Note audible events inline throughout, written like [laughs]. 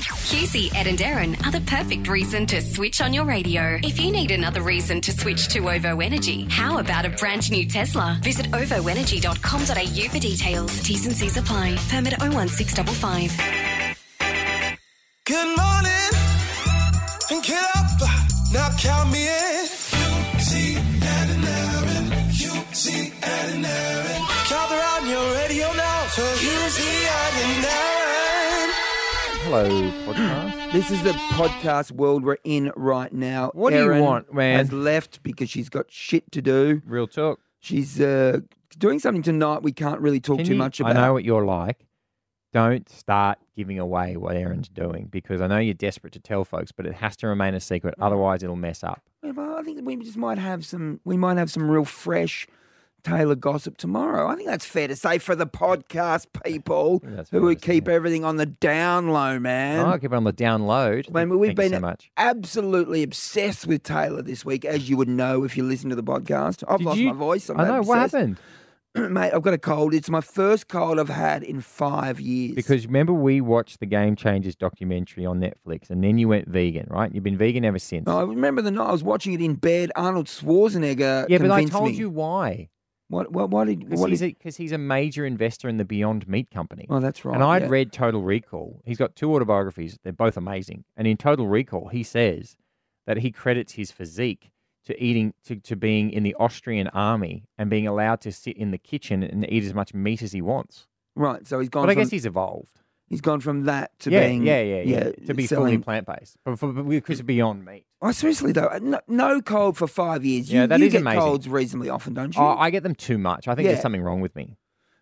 Husey, Ed, and Erin are the perfect reason to switch on your radio. If you need another reason to switch to OVO Energy, how about a brand new Tesla? Visit ovoenergy.com.au for details. T's and C's apply. Permit 01655. Good morning and get up. Now count me in. You see Ed and Aaron. You see Ed and Aaron. Gather on your radio now for you see Ed and Aaron. Hello, podcast. This is the podcast world we're in right now. What do you Erin want, man? Has left because she's got shit to do. Real talk. She's uh, doing something tonight we can't really talk Can too you- much about. I know what you're like. Don't start giving away what Aaron's doing because I know you're desperate to tell folks, but it has to remain a secret. Mm. Otherwise, it'll mess up. Yeah, well, I think we just might have some. We might have some real fresh Taylor gossip tomorrow. I think that's fair to say for the podcast people think that's who fair would to say. Oh, keep everything on the down low, man. I'll keep it on the download. Man, well, we've Thank been you so much. absolutely obsessed with Taylor this week, as you would know if you listen to the podcast. I've Did lost you- my voice. I'm I know what obsessed. happened [clears throat] mate, I've got a cold. It's my first cold I've had in five years. because remember we watched the Game Changers documentary on Netflix, and then you went vegan, right? You've been vegan ever since. I remember the night I was watching it in bed. Arnold Schwarzenegger. yeah, but I convinced told me. you why. What? What? What did? Because What he's, did? a- 'cause he's a major investor in the Beyond Meat company. Oh, that's right. And I'd yeah. read Total Recall. He's got two autobiographies. They're both amazing. And in Total Recall, he says that he credits his physique to eating to, to being in the Austrian army and being allowed to sit in the kitchen and eat as much meat as he wants. Right. So he's gone. But I from, guess he's evolved. he's gone from that to yeah, being. yeah, yeah, yeah, To be fully selling- plant based. But for- but because it's beyond meat. Oh, seriously though, no, no cold for five years. Yeah, you, that you is get amazing. colds reasonably often, don't you? Oh, I get them too much. I think Yeah. there's something wrong with me.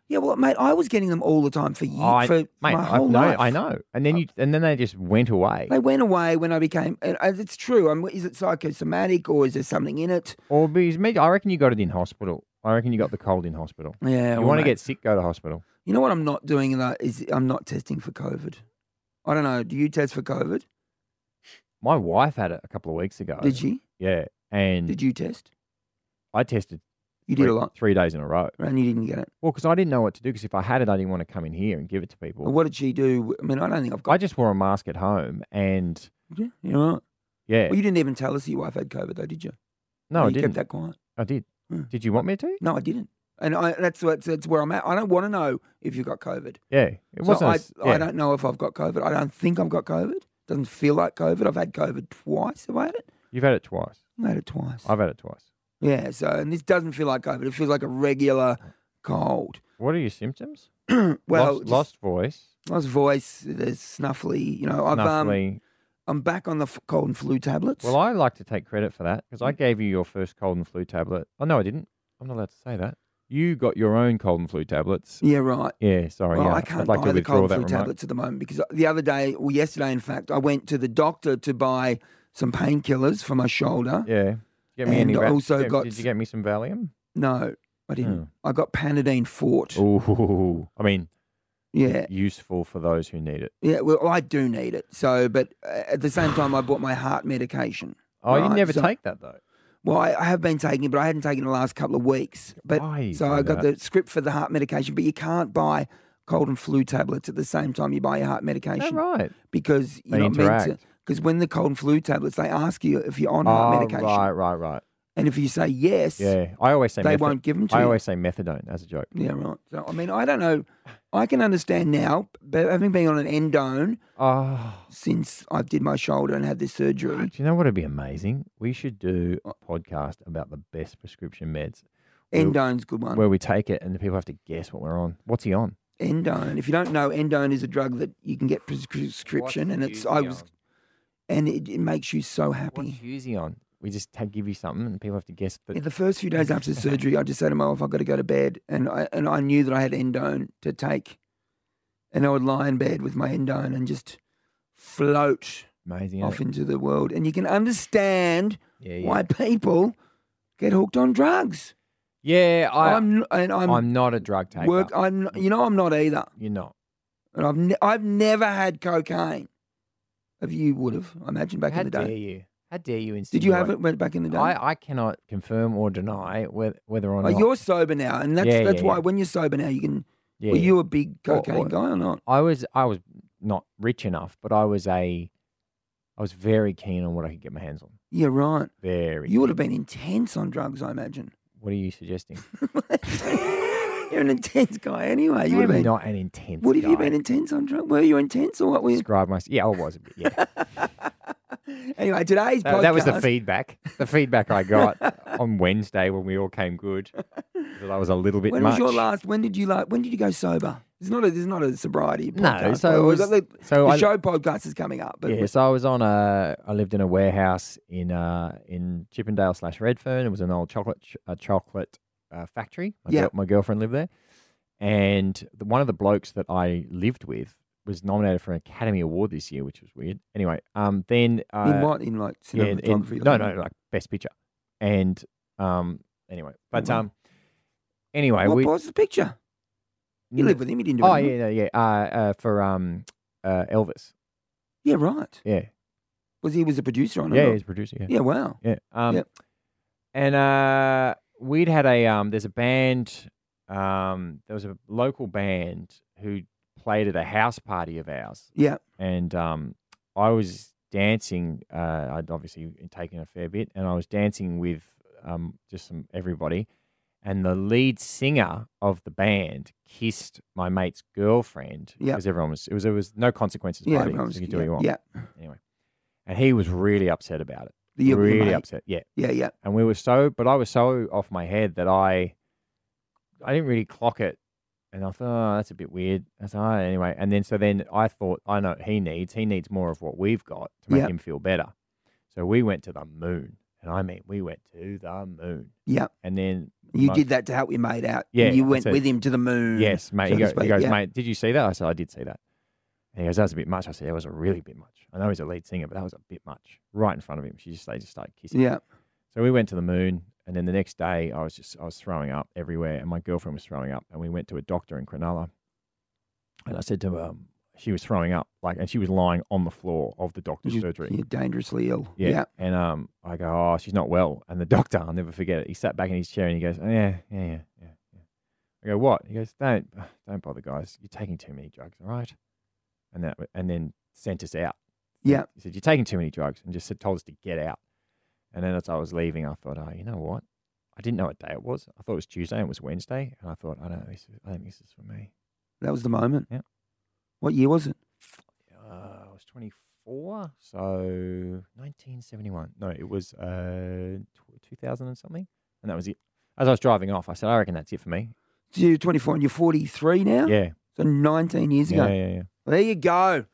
yeah, well, mate, I was getting them all the time for years, Oh, I, for mate, my I, whole no, life. I know. And then you and then they just went away. They went away when I became. And and it's true. I'm, is it psychosomatic or is there something in it? Or be me. I reckon you got it in hospital. I reckon you got the cold in hospital. Yeah. you well, want to mate. get sick, go to hospital. You know what I'm not doing though is I'm not testing for COVID. I don't know. Do you test for COVID? My wife had it a couple of weeks ago. Did she? Yeah. And Did you test? I tested You three, did a lot, three days in a row. and you didn't get it. Well, because I didn't know what to do. Because if I had it, I didn't want to come in here and give it to people. Well, what did she do? I mean, I don't think I've got. I just wore a mask at home and Yeah, you know. what? yeah. Well, you didn't even tell us your wife had COVID, though, did you? no, you I didn't. kept that [laughs] quiet. I did. Hmm. Did you want me to? No, I didn't. And I, that's that's that's where I'm at. I don't want to know if you got COVID. Yeah. It so wasn't. a I, s- I yeah. don't know if I've got COVID. I don't think I've got COVID. Doesn't feel like COVID. I've had COVID twice. Have I had it? You've had it twice. I had it twice. I've had it twice. Yeah. So, and this doesn't feel like COVID. It feels like a regular cold. What are your symptoms? [clears throat] well, lost, just- lost voice, Nice voice. There's snuffly. You know, I've um, snuffly. I'm back on the f- cold and flu tablets. Well, I like to take credit for that Mm. because I gave you your first cold and flu tablet. Oh no, I didn't. I'm not allowed to say that. You got your own cold and flu tablets. yeah, right. Yeah, sorry. well, yeah, I can't would like buy to the withdraw cold and that flu remark. tablets at the moment because the other day, or yesterday, in fact, I went to the doctor to buy some painkillers for my shoulder. Yeah. Get me any And Val- also yeah, got- Did you get me some Valium? Hmm. No, I didn't. I got Panadine Fort. Ooh, I mean, Yeah, useful for those who need it. yeah. Well, I do need it. So, but uh, at the same time, I bought my heart medication. Oh, you Right, never so- take that though. Well, I, I have been taking it, but I hadn't taken it the last couple of weeks. But Why you so do I got that? the script for the heart medication, but you can't buy cold and flu tablets at the same time you buy your heart Is that medication right? because you're They not meant interact. to. Because when the cold and flu tablets, they ask you if you're on heart Oh, medication, right, right, right. and if you say yes, Yeah, I always say they method- won't give them to I you. always say methadone as a joke. yeah, right. So I mean, I don't know. I can understand now, but having been on an endone Oh, since I did my shoulder and had this surgery, do you know what would be amazing? We should do a podcast about the best prescription meds Well- endone's a good one. where we take it and the people have to guess what we're on. What's he on? endone. If you don't know, endone is a drug that you can get prescription, and it's I was, and it, it makes you so What's happy. Husey on? We just ta- give you something and people have to guess. But In the first few days after surgery, I just said to my wife, "I've got to go to bed," and I and I knew that I had endone to take, and I would lie in bed with my endone and just float amazing. off Often, into the world, and you can understand yeah, yeah. why people get hooked on drugs. Yeah, I, I'm, I'm and I'm, not a drug taker. work. I'm not- you know I'm not either. You're not. And I've ne- I've never had cocaine. Have you would have? I imagine back How in the dare day. you? How dare you Did insinuate? you have it when- back in the day? I, I cannot confirm or deny whether, whether or Oh, not. you're sober now, and that's Yeah, that's yeah, why yeah. when you're sober now, you can. yeah, Were yeah. you a big Or- cocaine or- guy or not? I was I was not rich enough, but I was a, I was very keen on what I could get my hands on. Yeah, right. Very. You would have been intense on drugs, I imagine. [laughs] what are you suggesting? You're an intense guy anyway. You would Maybe have been. not an intense. What have you guy. been intense on drugs? Were you intense or what were you? Describe myself. Yeah, I was a bit. Yeah, Anyway, [laughs] today's that, podcast. that was the feedback. The feedback I got on [laughs] Wednesday when we all came good. That I was a little bit When much. was your last? When did you like? When did you go sober? It's not a. There's not a sobriety. No, Podcast. so it Oh, was- the, the- so the I- show podcast is coming up, but yeah, so I was on a. I lived in a warehouse in uh in Chippendale slash Redfern. It was an old chocolate ch- uh, chocolate uh, factory. My, Yeah. girl- my girlfriend lived there, and the, one of the blokes that I lived with was nominated for an Academy Award this year, which was weird. Anyway, um, then uh, in what in like Yeah, in- cinematography? no, or something? no, like best picture. And um, anyway, but wow. um, anyway, What we was the picture? You lived with him. You didn't do oh anything. yeah, no, yeah, uh, uh, for um, uh, Elvis, yeah, right. yeah, Was he was a producer on it? yeah, or- he's a producer, yeah, yeah. Wow. yeah. Um, Yep. and uh, we'd had a um, there's a band, um, there was a local band who played at a house party of ours, Yeah. and um, I was dancing. Uh, I'd obviously taken a fair bit, and I was dancing with um, just some everybody. And the lead singer of the band kissed my mate's girlfriend Yeah. because everyone was it was it was no consequences Yeah. party. so everyone was- you could do what you want. yeah. And he was really upset about it. The year with your really mate. upset. Yeah. Yeah. Yeah. And we were so, but I was so off my head that I, I didn't really clock it, and I thought, oh, that's a bit weird. That's all right. anyway. And then so then I thought, I know what he needs. He needs more of what we've got to make Yeah. him feel better. So we went to the moon, and I mean, we went to the moon. Yeah. And then You my- did that to help your mate out. Yeah, You that's went it. with him to the moon. Yes, mate. He, so to go, he speak, goes, yeah. mate, did you see that? I said, I did see that. And he goes, that was a bit much. I said, that was a really bit much. I know he's a lead singer, but that was a bit much. Right in front of him, she just they just started kissing. Yeah. So we went to the moon, and then the next day I was just I was throwing up everywhere, and my girlfriend was throwing up, and we went to a doctor in Cronulla, and I said to her, um, she was throwing up like, and she was lying on the floor of the doctor's You- surgery. You're dangerously ill. Yeah. And um, I go, oh, she's not well. And the [laughs] doctor, I'll never forget it. He sat back in his chair and he goes, oh, yeah, yeah, yeah, yeah, yeah. I go, what? He goes, don't, don't bother, guys. You're taking too many drugs, all right? And that, and then sent us out. Yeah. He said, you're taking too many drugs, and just said, told us to get out. And then as I was leaving, I thought, oh, you know what? I didn't know what day it was. I thought it was Tuesday and it was Wednesday, and I thought, I don't, this is, I think this is for me. That was the moment. Yeah. What year was it? Uh, I was 24, so 1971. No, it was uh, tw- 2000 and something, and that was it. As I was driving off, I said, "I reckon that's it for me." So you're 24 and you're 43 now? Yeah, So 19 years ago. yeah, yeah, yeah. Well, there you go.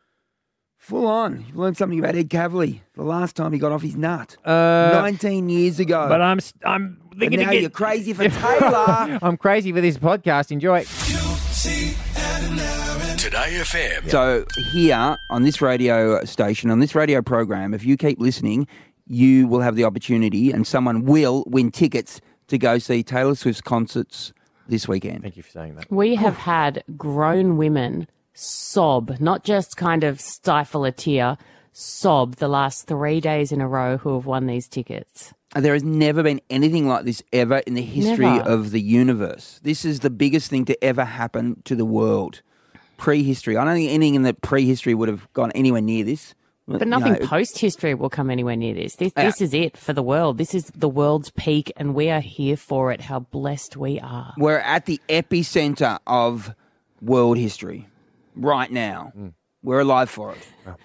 Full on. You've learned something about Ed Cavalier. The last time he got off his nut. Uh, 19 years ago. but I'm s- I'm But thinking oh. now again. you're [laughs] crazy for Taylor. I'm crazy for this podcast. Enjoy. Today FM. So here on this radio station, on this radio program, if you keep listening, you will have the opportunity, and someone will win tickets to go see Taylor Swift's concerts this weekend. Thank you for saying that. We have had grown women sob, not just kind of stifle a tear, sob the last three days in a row who have won these tickets. There has never been anything like this ever in the history Never. of the universe. This is the biggest thing to ever happen to the world. Prehistory. I don't think anything in the prehistory would have gone anywhere near this. But nothing post history will come anywhere near this. This, this is it for the world. This is the world's peak, and we are here for it. How blessed we are. We're at the epicenter of world history right now. Hmm. We're alive for it.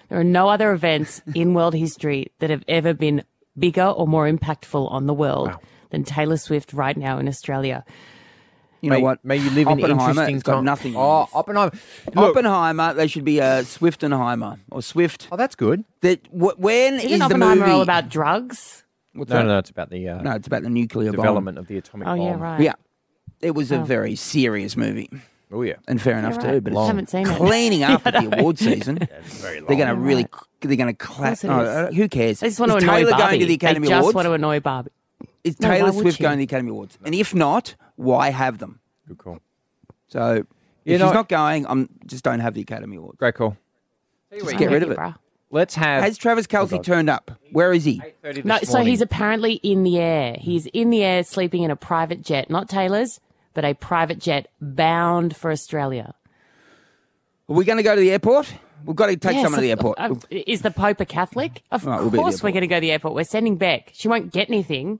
There are no other [laughs] events in world history that have ever been bigger or more impactful on the world than Taylor Swift right now in Australia. You know may, what? May you live in Oppenheimer, interesting it's got time- nothing on Oh, this. Oppenheimer. Look, Oppenheimer. They should be a Swiftenheimer or Swift. oh, that's good. That wh- when is Isn't the Oppenheimer movie? all about drugs? What's No, that? no, no. It's about the uh, No, it's about the nuclear development of the atomic Oh, bomb. yeah, right. Oh. Bomb. Yeah, it was a very serious movie, Oh, yeah. and fair enough too. But I it's haven't seen it. [laughs] cleaning up at the award season. They're going to really, c- they're going to clap. course it no, is. uh, who cares? They just want is to annoy Taylor Barbie. going to the Academy they just Awards? want to annoy Barbie. Is No, why Taylor would Swift she? going to the Academy Awards? And if not, why have them? Good call. So if You she's know- not going, I'm just don't have the Academy Awards. Great call. Just get I'm with rid of it. you, bruh. Let's have. Has Travis Kelsey turned up? Where is he? 8:30 this No, so morning. he's apparently in the air. He's in the air sleeping in a private jet, not Taylor's, but a private jet bound for Australia. Are we going to go to the airport? We've got to take Yes, someone to the of- airport. of- is the Pope a Catholic? Of Right, we'll be at the course, we're airport. going to go to the airport. We're sending Beck. She won't get anything,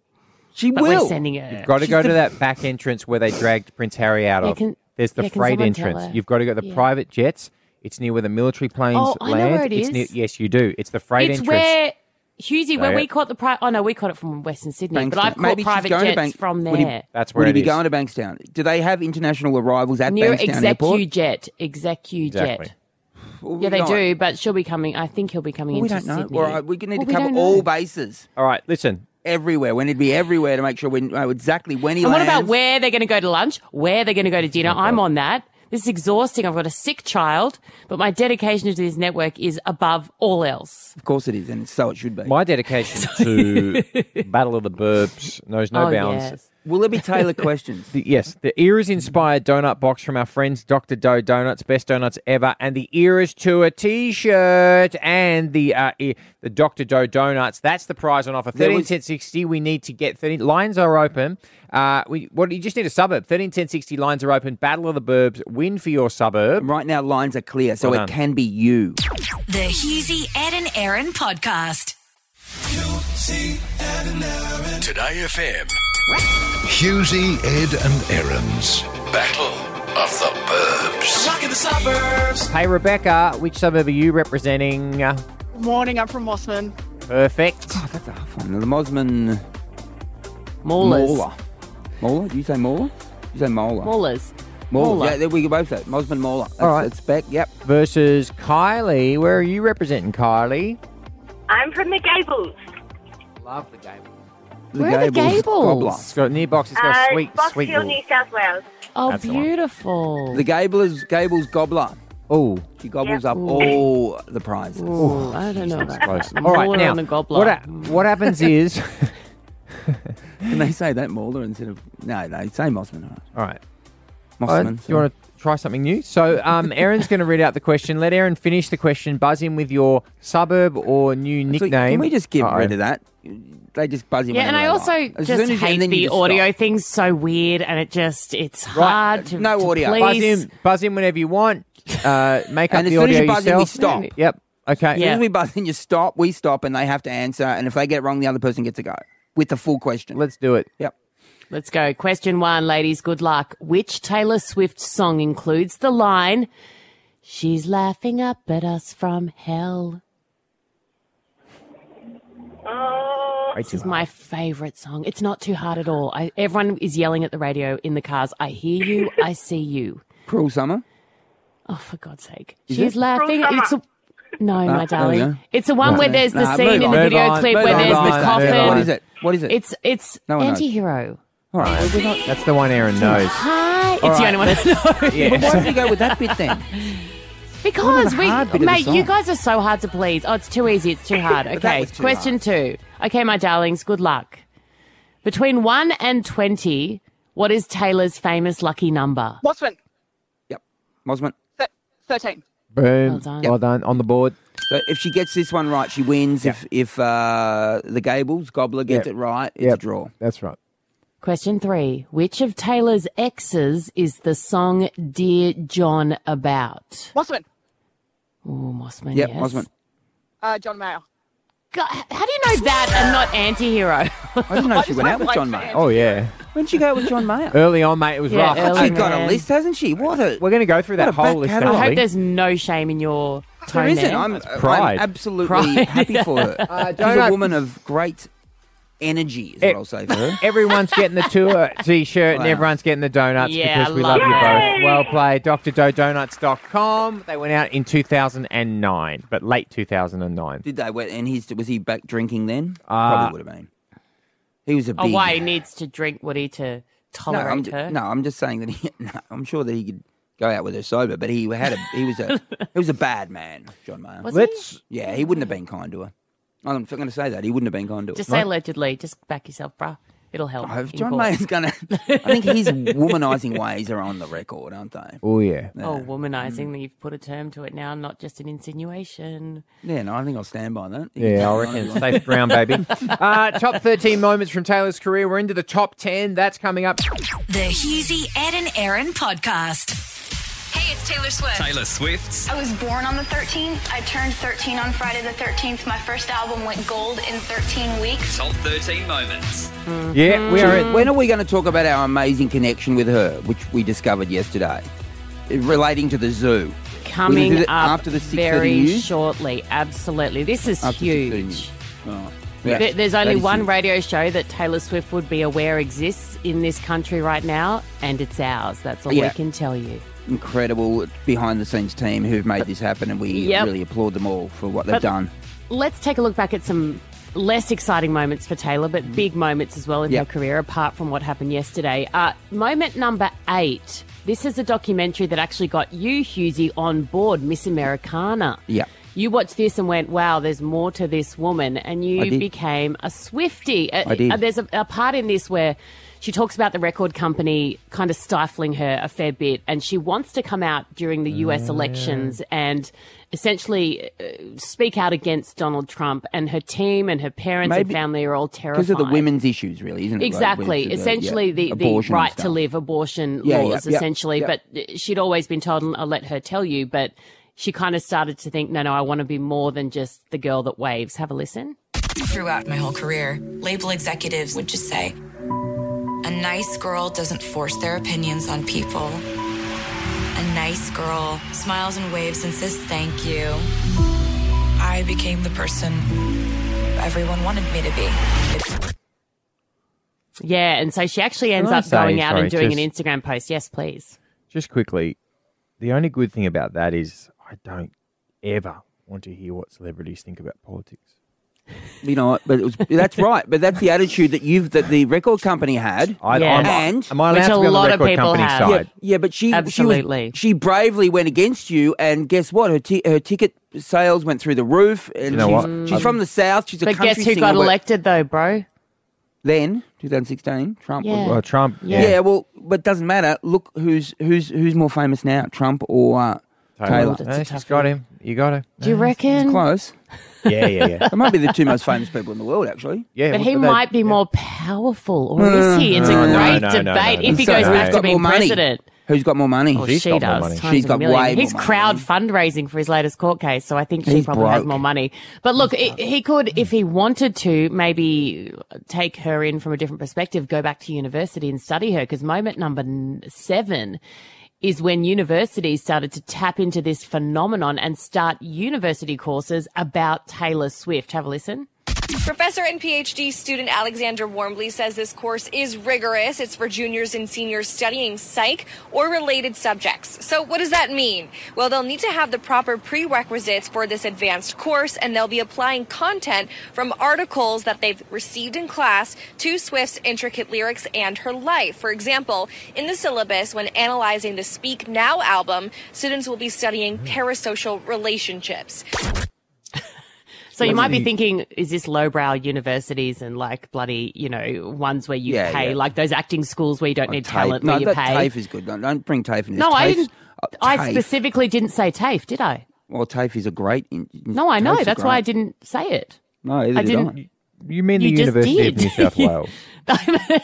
she but will. we're sending her. Got to go to that back entrance where they dragged Prince Harry out Yeah, of. can- There's the yeah, can freight someone tell entrance. her? You've got to go to the Yeah. private jets. It's near where the military planes Oh, I know land. where it it's Near, is. yes, you do. It's the freight It's entrance. where Husey, where Say we it. caught the pri- oh no, we caught it from Western Sydney, Bankstown. but I've caught Maybe she's private going to jets Bank- from Would he- there. That's where Would he it be is. going to Bankstown? Do they have international arrivals at Near Bankstown Airport? Execu Jet, Execu Exactly. Jet. Well, we Yeah, they don't- do, but she'll be coming. I think he'll be coming We into don't know. Sydney. All right, we need Well, to we cover don't all know. bases All right, listen. everywhere. We need to be everywhere to make sure we know exactly when he And what lands. about where they're going to go to lunch, where they're going to go to dinner? I'm on that. This is exhausting. I've got a sick child, but my dedication to this network is above all else. Of course it is, and so it should be. [laughs] My dedication to Battle of the Burbs knows no oh, bounds. yes. Will there [laughs] be tailored questions? The- yes, the Eras inspired donut box from our friends Dr. Doe Donuts, best donuts ever, and the Eras Tour t shirt and the uh, e- the Dr. Doe Donuts. That's the prize on offer. There was- 131060. We need to get 30. Lines are open. Uh, we what You just need a suburb. 131060 lines are open. Battle of the Burbs. Win for your suburb. Right now, lines are clear, so Well done. it can be you. The Husey, Ed and Aaron podcast. Today FM. Husey, Ed, and Aaron's Battle of the Burbs. Rock in the suburbs. Hey, Rebecca, which suburb are you representing? Uh, Morning, I'm from Mossman. Perfect. Oh, that's a tough one. The Mosman Maulers. Mauler. Mauler? Do you say Mauler? You say Mola. Maulers. Mauler. Mauler. Yeah, there we can both say it. Mosman Mauler. That's, right. that's back. Yep. Versus Kylie. Where are you representing, Kylie? I'm from the Gables. Love the game. The Where are the Gables? It's got near box. It's got a sweet, Box sweet. Hill, little- Uh, New South Wales. Oh, That's the one. beautiful. The Gables, Gables Gobbler. Oh, She gobbles Yep. up all the prizes. Ooh, I don't know about close. that. All right, Mauler now on a gobbler. what ha- what happens is, [laughs] Can they say that Mauler instead of. No, no, say Mosman. all right. all right, Owen, Mosman. do you want to try something new? So, um, Aaron's going to read out the question. Let Aaron finish the question. Buzz in with your suburb or new So nickname. Can we just get Uh-oh. rid of that? They just buzz him. Yeah, and I also just hate the audio thing's so weird, and it just it's hard to no to audio. Please. Buzz in, buzz in whenever you want. Uh, make And up as the soon as audio you buzz in, we yourself. stop. Yep. Okay. As soon Yeah. as we buzz in, you stop. We stop, and they have to answer. And if they get it wrong, the other person gets a go with the full question. Let's do it. Yep. Let's go. Question one, ladies. Good luck. Which Taylor Swift song includes the line, "She's laughing up at us from hell"? Oh, Way This too is hard. my favorite song. It's not too hard at all. I, everyone is yelling at the radio in the cars. I hear you. I see you. Cruel summer. Oh, for God's sake! She's laughing. Come It's a, no, my darling. no. It's the one where no. there's the Nah, move scene in on. the Move video on, clip move where on, there's move the on, coffin. move on. What is it? What is it? It's it's No one knows. antihero. all right. We're not, That's the one Aaron knows. Hi. It's the only one. [laughs] I [laughs] know. but why don't we go with that bit then? because we, hard bit of the mate, you song. guys are so hard to please. Oh, it's too easy. [laughs] It's too hard. Okay. was too Question two. Okay, my darlings. Good luck. Between one and twenty, what is Taylor's famous lucky number? Mossman, Yep. Mosman. th- 13. Boom. Well done. done. On the board. So if she gets this one right, she wins. If if uh, the Gables Gobbler gets Yep. it right, it's a draw. That's right. Question three. Which of Taylor's exes is the song "Dear John" about? Mossman, Oh, Mossman. Yep. yes. Mosman. uh, John Mayer. God, how do you know that and not antihero? [laughs] I didn't know she went out with like John that. Mayer. Oh yeah. When did she go out with John [laughs] Mayer? Early on, mate, it was Yeah, rough. early. She's got a man. list, hasn't she? What a We're going to go through that What a back whole list. catalogue. I actually. hope there's no shame in your tone There isn't. there. I'm, pride. Uh, I'm absolutely Pride. happy [laughs] for [laughs] her. She's a donut- woman of great energy, is Eh. what I'll say for her. Everyone's getting the [laughs] tour t-shirt Wow. and everyone's getting the donuts Yeah, because we I love love you that. both. Well played. DrDoDonuts.com. They went out in 2009, but late 2009. Did they? Wet? And he's was he back drinking then? Uh, Probably would have been. He was a Oh, big. [laughs] why he needs to drink what he to no, tolerate I'm ju- her? no, I'm just saying that he. [laughs] No, I'm sure that he could go out with her sober, but he had a he was a he was a bad man, John Mayer. Was Let's yeah, he wouldn't have been kind to her. I'm not going to say that he wouldn't have been kind to her. Just say allegedly. Just back yourself, bruh. It'll help. No, if in John court. Mayer's going to. I [laughs] think his womanising ways are on the record, aren't they? Mm. Oh yeah. Oh, womanizing. You've put a term to it now, not just an insinuation. Yeah, no, I think I'll stand by that. Yeah, I reckon it's safe ground, baby. [laughs] [laughs] Uh, top 13 moments from Taylor's career. We're into the top 10. That's coming up. The Husey, Ed and Aaron podcast. Hey it's Taylor Swift. Taylor Swift's. I was born on the 13th. I turned 13 on Friday the 13th. My first album went gold in 13 weeks. Top 13 moments. Yeah, we are at. Mm-hmm. When are we going to talk about our amazing connection with her, which we discovered yesterday, relating to the zoo? Coming We're gonna do up that after the 6:30 very news? shortly. Absolutely. This is After 16 huge. years. Oh, yeah. There- There's only That is one huge. radio show that Taylor Swift would be aware exists in this country right now, and it's ours. That's all we Yeah. can tell you. incredible behind the scenes team who've made this happen, and we Yep. really applaud them all for what they've But- done. Let's take a look back at some less exciting moments for Taylor, but big moments as well in Yeah. her career, apart from what happened yesterday. Uh, moment number eight. This is a documentary that actually got you, Husey, on board Miss Americana. Yeah. You watched this and went, wow, there's more to this woman. And I you did. became a Swifty. Uh, I did. There's a, a part in this where she talks about the record company kind of stifling her a fair bit. And she wants to come out during the US elections and essentially uh, speak out against Donald Trump. And her team and her parents and Maybe- family are all terrified. Because of the women's issues, really, isn't it? Exactly. essentially, the, the right to live abortion Yeah, laws, yeah, yeah, essentially. yeah. But she'd always been told, and I'll let her tell you, but she kind of started to think, no, no, I want to be more than just the girl that waves. Have a listen. Throughout my whole career, label executives would just say, a nice girl doesn't force their opinions on people. A nice girl smiles and waves and says thank you. I became the person everyone wanted me to be. Yeah. And so she actually ends Can I up going say, out and sorry, doing an Instagram post. Yes, please. Just quickly, the only good thing about that is I don't ever want to hear what celebrities think about politics. You know, what, but it was, [laughs] that's right. But that's the attitude that you've that the record company had. I- Yeah. I'm- and am I allowed Which to be a on the lot of record people company have. side? Yeah, yeah, but she she was- Absolutely. She, bravely went against you, and guess what? Her ti- her ticket sales went through the roof. And You know she's, what? she's from the south. She's a But country guess who singer, got but elected, though, bro? Then 2016, Trump. Yeah. Was, Well, Trump, Yeah. well, but doesn't matter. Look who's who's who's more famous now, Trump or uh, Taylor? No, she's got him. You got her. Do you reckon? Close. Yeah, yeah, yeah. [laughs] They might be the two most famous people in the world, actually. yeah But he what- they- might be more powerful, or is he? It's No, a no, great no, no, no, debate no. if he So goes who's back to got being more money? president. Who's got more money? Well, Oh, she got more does. money. times She's a got million. way more He's money. crowd fundraising for his latest court case, so I think she He's probably has broke. more money. But look, i he could, if he wanted to, maybe take her in from a different perspective, go back to university and study her, because moment number n- seven is when universities started to tap into this phenomenon and start university courses about Taylor Swift. Have a listen. Professor and PhD student Alexander Wormley says this course is rigorous. It's for juniors and seniors studying psych or related subjects. So, what does that mean? Well, they'll need to have the proper prerequisites for this advanced course, and they'll be applying content from articles that they've received in class to Swift's intricate lyrics and her life. For example, in the syllabus, when analyzing the Speak Now album, students will be studying parasocial relationships. So you What's might be the- thinking, is this lowbrow universities and like bloody, you know, ones where you Yeah, pay, yeah. Oh, like those acting schools where you don't need TAFE. talent, No, where you that pay? TAFE is good. Don't, don't bring TAFE in this. No, I TAFE's- didn't. uh, I TAFE. specifically didn't say TAFE, did I? Well, TAFE is a great. In, No, I know. TAFE's a That's why I great- didn't say it. [laughs] No, either I did didn't- I. You mean You the just University of did. [laughs] New South Wales?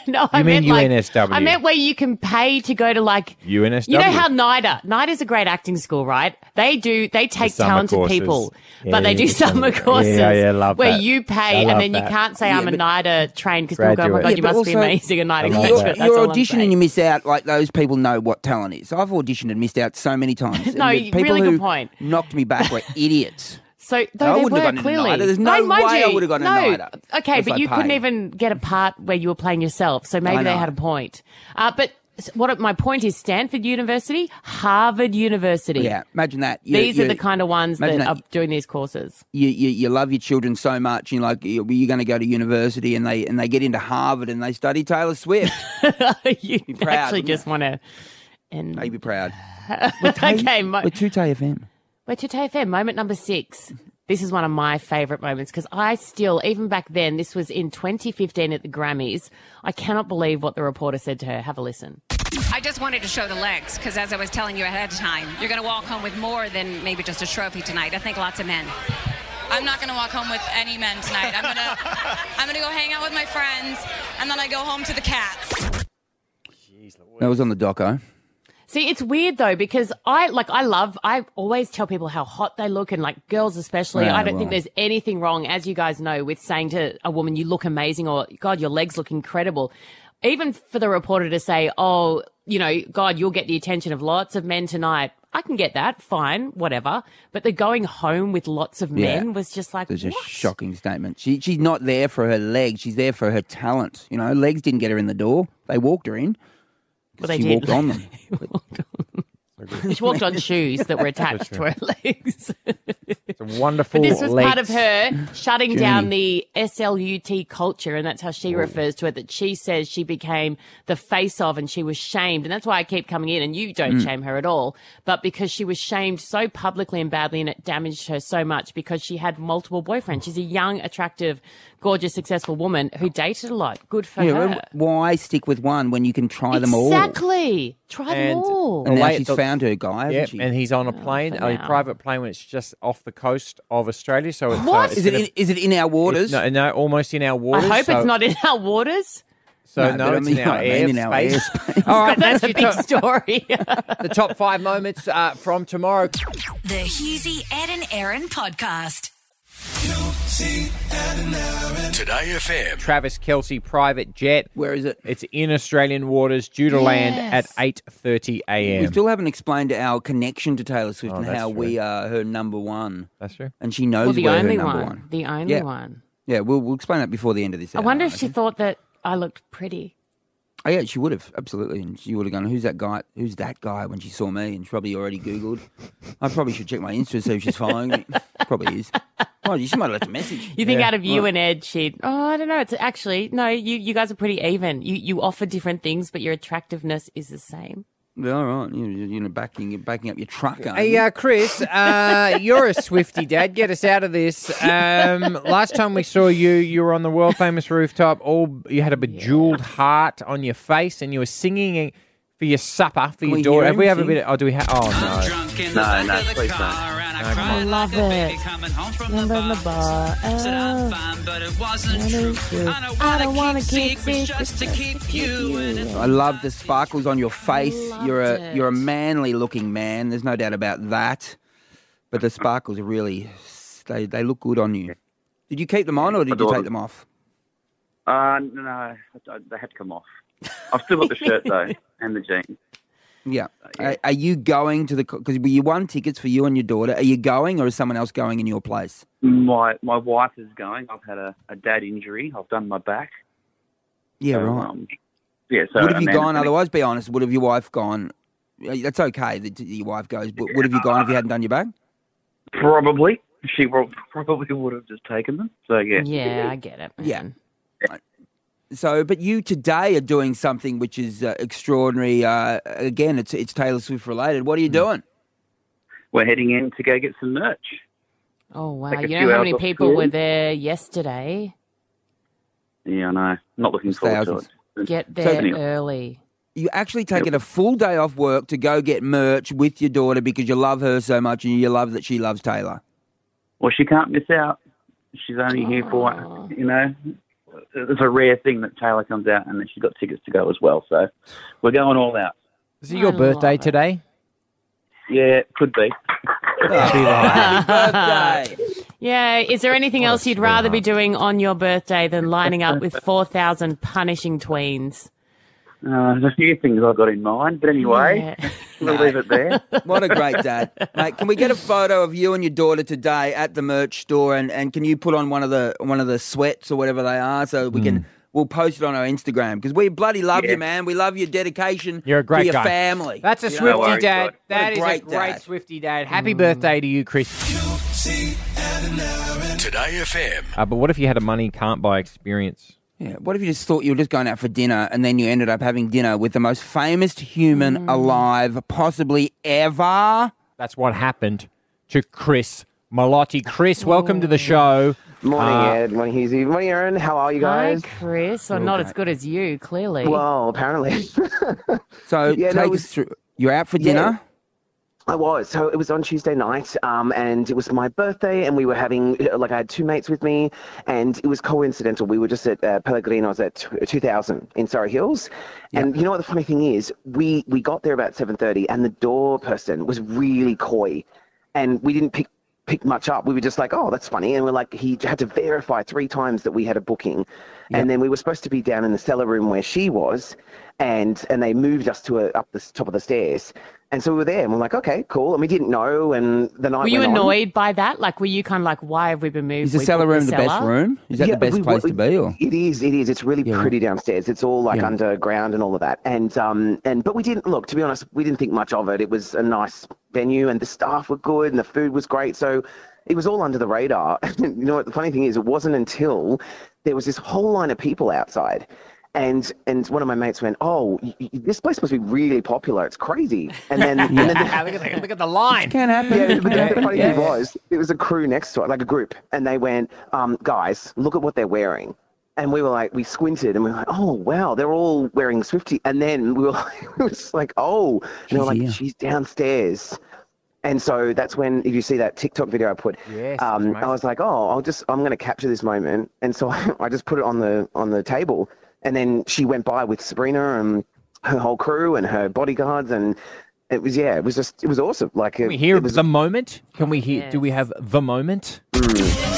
no, I You meant mean like, UNSW. I meant where you can pay to go to like. UNSW. You know how NIDA, NIDA's a great acting school, right? They do, they take summer talented courses. people, Yeah, but they do the summer summer- courses Yeah, yeah, love where that. you I pay and love then that. you can't say I'm a Yeah, NIDA trained because people go, oh my Graduate. God, Yeah, you but must be also- amazing, a NIDA You're, graduate. That's you're all I'm auditioning saying. and you miss out like those people know what talent is. I've auditioned and missed out so many times. [laughs] No, And the you- people really who good point. Knocked me [laughs] back were idiots. So I though they wouldn't were have gotten a clearly. NIDA. There's no mind way I you, would have gotten a no. NIDA Okay, if but I you couldn't paid. even get a part where you were playing yourself. So maybe I they know. had a point. Uh, but s- what my point is, Stanford University, Harvard University. Yeah, imagine that. You- These are you- the kind of ones that, imagine are that. doing these courses. you, you, you love your children so much, and like you're, you're going to go to university, and they and they get into Harvard, and they study Taylor Swift. [laughs] you proud, actually wouldn't just want to. And They'd be proud. [laughs] okay, mo- We're two TFM. Wait to TFM, moment number six. This is one of my favourite moments because I still, even back then, this was in 2015 at the Grammys. I cannot believe what the reporter said to her. Have a listen. I just wanted to show the legs because, as I was telling you ahead of time, you're going to walk home with more than maybe just a trophy tonight. I think lots of men. I'm not gonna walk home with any men tonight. I'm gonna I'm gonna go hang out with my friends and then I go home to the cats. That was on the doco. See, it's weird though because I like I love I always tell people how hot they look and like girls especially. Right, I don't right. think there's anything wrong, as you guys know, with saying to a woman, "You look amazing," or "God, your legs look incredible." Even for the reporter to say, "Oh, you know, God, you'll get the attention of lots of men tonight." I can get that, fine, whatever. But the going home with lots of Yeah. men was just like, It's a shocking statement. She, she's not there for her legs. She's there for her talent. You know, legs didn't get her in the door. They walked her in. Well, 'cause they she did. [laughs] walked on them. she walked on shoes that were attached to her legs. [laughs] It's a wonderful. But this was part of legs. her shutting Journey. down the SLUT culture, and that's how she refers to it. That she says she became the face of, and she was shamed, and that's why I keep coming in. And you don't Mm. shame her at all, but because she was shamed so publicly and badly, and it damaged her so much because she had multiple boyfriends. She's a young, attractive, gorgeous, successful woman who dated a lot. Good for Yeah, her. well, why stick with one when you can try them all? exactly. Try them all. And now she's found her guy, hasn't Yeah, she? and he's on Oh, a plane, for a now. private plane, when it's just off the coast of Australia. So it's, What? Uh, Is it in- is it in our waters? no, no, almost in our I waters. hope so- it's not in our waters. So no, but I it's mean, in our you know what I mean, in our airspace. [laughs] All right, that's that's a your big top- story. [laughs] the top five moments uh, from tomorrow. The Husey, Ed and Aaron podcast. Today FM. Travis Kelsey private jet. Where is it? It's in Australian waters, due to land at Yes. eight thirty a.m. We [laughs] still haven't explained our connection to Taylor Swift Oh, and that's how true. we are her number one. That's true. And she knows Well, the we're her only number one. one. The only Yeah. one. Yeah, we'll, we'll explain that before the end of this. I hour. wonder if she thought that I looked pretty. Oh yeah, she would have absolutely, and she would have gone, "Who's that guy? Who's that guy?" When she saw me, and she probably already googled. I probably should check my Insta to see if she's following me. [laughs] probably is. Oh, she might have left a message. You think out of you and Ed, she'd, oh, I don't know. It's actually, no, you, you guys are pretty even. You, you offer different things, but your attractiveness is the same. and all right, you, you know, backing backing up your truck. aren't Hey, you? uh, Chris, [laughs] uh, you're a Swifty dad. Get us out of this. Um, last time we saw you, you were on the world famous rooftop. All you had a bejeweled heart on your face, and you were singing for your supper for Can your we daughter. hear Have we him have a sing? bit? Of, oh, do we have? I'm Oh drunk no. in the back of the car and I No, come cried on. like a baby it. coming home from Remember in the bar. Said I'm fine, but it wasn't true. I don't I don't wanna wanna keep keep secrets just to keep you. in it. I love the sparkles on your face. You're a you're a manly looking man. There's no doubt about that. But the sparkles are really they they look good on you. Did you keep them on or did you do. take them off? Uh, no, no, I- I- they had to come off. I've still got the shirt [laughs] though, and the jeans. Yeah. Uh, Are, are you going to the because you won tickets for you and your daughter? Are you going or is someone else going in your place? My my wife is going. I've had a, a dad injury. I've done my back. Yeah, So, right. um, yeah. So would have you Amanda's gone gonna- otherwise? Be honest. Would have your wife gone? Uh, That's okay that your wife goes, but would have you gone if you hadn't done your back? Probably. She prob- [laughs] probably would have just taken them. So yeah. get it. Yeah. So, but you today are doing something which is uh, extraordinary. Uh, again, it's it's Taylor Swift related. What are you doing? Hmm. We're heading in to go get some merch. Oh, wow. Like a you few know how many hours off people school. were there yesterday? Yeah, I know. Not looking forward Thousands. to it. Get So- there early. You actually taking a full day off work to go get merch with your daughter because you love her so much and you love that she loves Taylor. Well, she can't miss out. She's only here for you know. It's a rare thing that Taylor comes out, and then she's got tickets to go as well. So we're going all out. Is it your birthday today? Yeah, could be. [laughs] [laughs] Yeah. Is there anything else you'd rather be doing on your birthday than lining up with 4,000 punishing tweens? Uh, there's a few things I've got in mind, but anyway, we'll leave it there. [laughs] What a great dad, mate! Can we get a photo of you and your daughter today at the merch store? And, and can you put on one of the one of the sweats or whatever they are so we Hmm. can we'll post it on our Instagram because we bloody love Yeah. you, man. We love your dedication. You're a great to your guy. family. That's a You know? Swifty dad. That What is a great dad. Swifty dad. Happy birthday to you, Chris. Today FM. Uh, but what if you had a money can't buy experience? Yeah. What if you just thought you were just going out for dinner and then you ended up having dinner with the most famous human alive, possibly ever? Mm. That's what happened to Chris Malotti. Chris, welcome to the show. Morning, Uh, [laughs] Ed. Morning, Husey. Morning, Aaron. How are you [laughs] guys? Hi, Chris. Well, not as good as you, clearly. Well, apparently. [laughs] So Yeah, no, take it was- us through. You're out for dinner. I was. So it was on Tuesday night, um, and it was my birthday, and we were having, uh, like, I had two mates with me, and it was coincidental. We were just at uh, Pellegrino's at t- 2000 in Surrey Hills. And you know what the funny thing is? We, we got there about 7.30, and the door person was really coy, and we didn't pick pick much up. We were just like, oh, that's funny. And we're like, he had to verify three times that we had a booking. And then we were supposed to be down in the cellar room where she was. And, and they moved us to a, up the s- top of the stairs. And so we were there and we're like, okay, cool. And we didn't know. And the night Were you went on. annoyed by that? Like, were you kind of like, why have we been moved? Is the We cellar put room the best cellar? room? Is that the best we- place we- to be? Or It is. It is. It's really pretty downstairs. It's all like underground and all of that. And um and but we didn't look. To be honest, we didn't think much of it. It was a nice venue, and the staff were good, and the food was great. So it was all under the radar. [laughs] you know what? The funny thing is, it wasn't until there was this whole line of people outside. And and one of my mates went, oh, y- y- this place must be really popular. It's crazy. And [laughs] then, and then look, at the, look at the line. Can't happen. yeah, but the funny Yeah. thing was, it was a crew next to it, like a group, and they went, um, guys, look at what they're wearing. And we were like, we squinted and we were like, oh, wow, they're all wearing Swifty. And then we were [laughs] like, we were just like oh, and they were She's like, here. she's downstairs. And so that's when, if you see that TikTok video I put, Yes, um, amazing. I was like, oh, I'll just, I'm going to capture this moment. And so [laughs] I, I just put it on the, on the table. And then she went by with Sabrina and her whole crew and her bodyguards. And it was, yeah, it was just, it was awesome. Like, Can we hear the moment? Can we hear? Do we have the moment? Mm.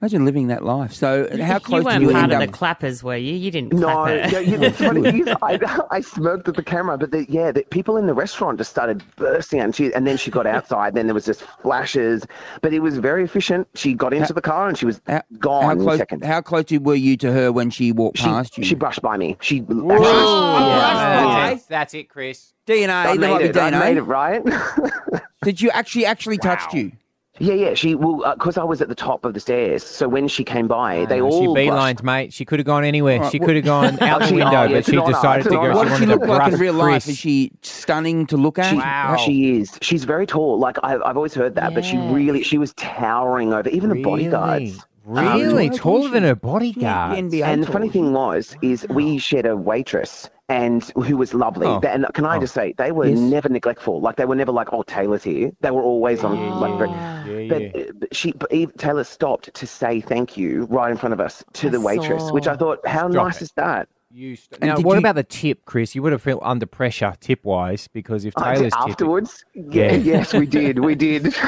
imagine living that life? So how close you weren't do you part end of up? the clappers, were you? You didn't. No, clap yeah, it. you know, it's [laughs] funny, [laughs] because I, I smirked at the camera, but the, yeah, the people in the restaurant just started bursting out. And, she, and then [laughs] she got outside, then there was just flashes, but it was very efficient. She got into the car and she was gone how in close? seconds. How close did- were you to her when she walked past you? Oh, She brushed by me. She Yeah. That's, it. That's it, Chris. DNA. I there might made it. be I DNA. made it right. Did you actually actually touched you? Yeah, yeah. She well, because I was at the top of the stairs, so when she came Ah, by, they she all brushed beelined, mate. She could have gone anywhere. All right, she well- could [laughs] have gone out the Actually, window, oh, yeah, but it's she an honor, decided it's to an go. honor. What does She wanted she to look like in brush real life? Chris. Is she stunning to look at? She, she is. She's very tall. Like I, I've always heard that, but she really, she was towering over even the bodyguards. Um, Really taller than her bodyguard. and the funny thing was, is we shared a waitress and who was lovely. Oh. And can I just say, they were Yes. never neglectful. Like they were never like, oh, Taylor's here. They were always on. like, very- but, uh, but she, but Eve, Taylor stopped to say thank you right in front of us to the waitress, which I thought, how Stop nice it. is that? You st- And now, did what you- about the tip, Chris? You would have felt under pressure tip wise because if Oh, I Taylor's did tipping- afterwards. Yeah, Yeah. yes, we did. [laughs] We did. [laughs]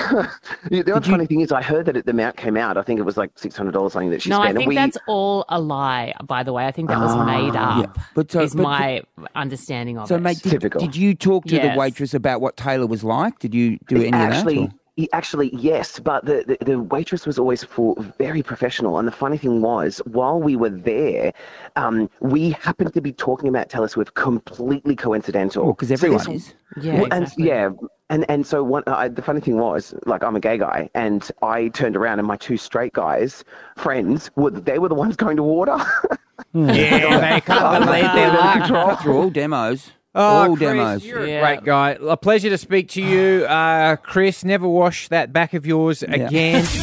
You know, the funny thing is, I heard that it, the amount came out. I think it was like six hundred dollars something that she no, spent. I and think we, that's all a lie. By the way, I think that was made Ah. up. Yeah, but so- is but- my understanding of So, it. mate, did, did you talk to Yes. the waitress about what Taylor was like? Did you do any actually, of that? or- y- actually, yes. But the, the, the waitress was always for very professional. And the funny thing was, while we were there, um, we happened to be talking about Taylor Swift completely coincidental. Well, Oh, 'cause So everyone this- is. Yeah, Well, and, exactly. yeah. And and so one, I, the funny thing was, like I'm a gay guy, and I turned around, and my two straight guys friends were they were the ones going to [laughs] water. Yeah, they Oh, can't believe their Ah. luck. [laughs] Through all demos. Oh, all Chris, demos. you're a great guy. A pleasure to speak to [sighs] you, uh, Chris. Never wash that back of yours again. [laughs]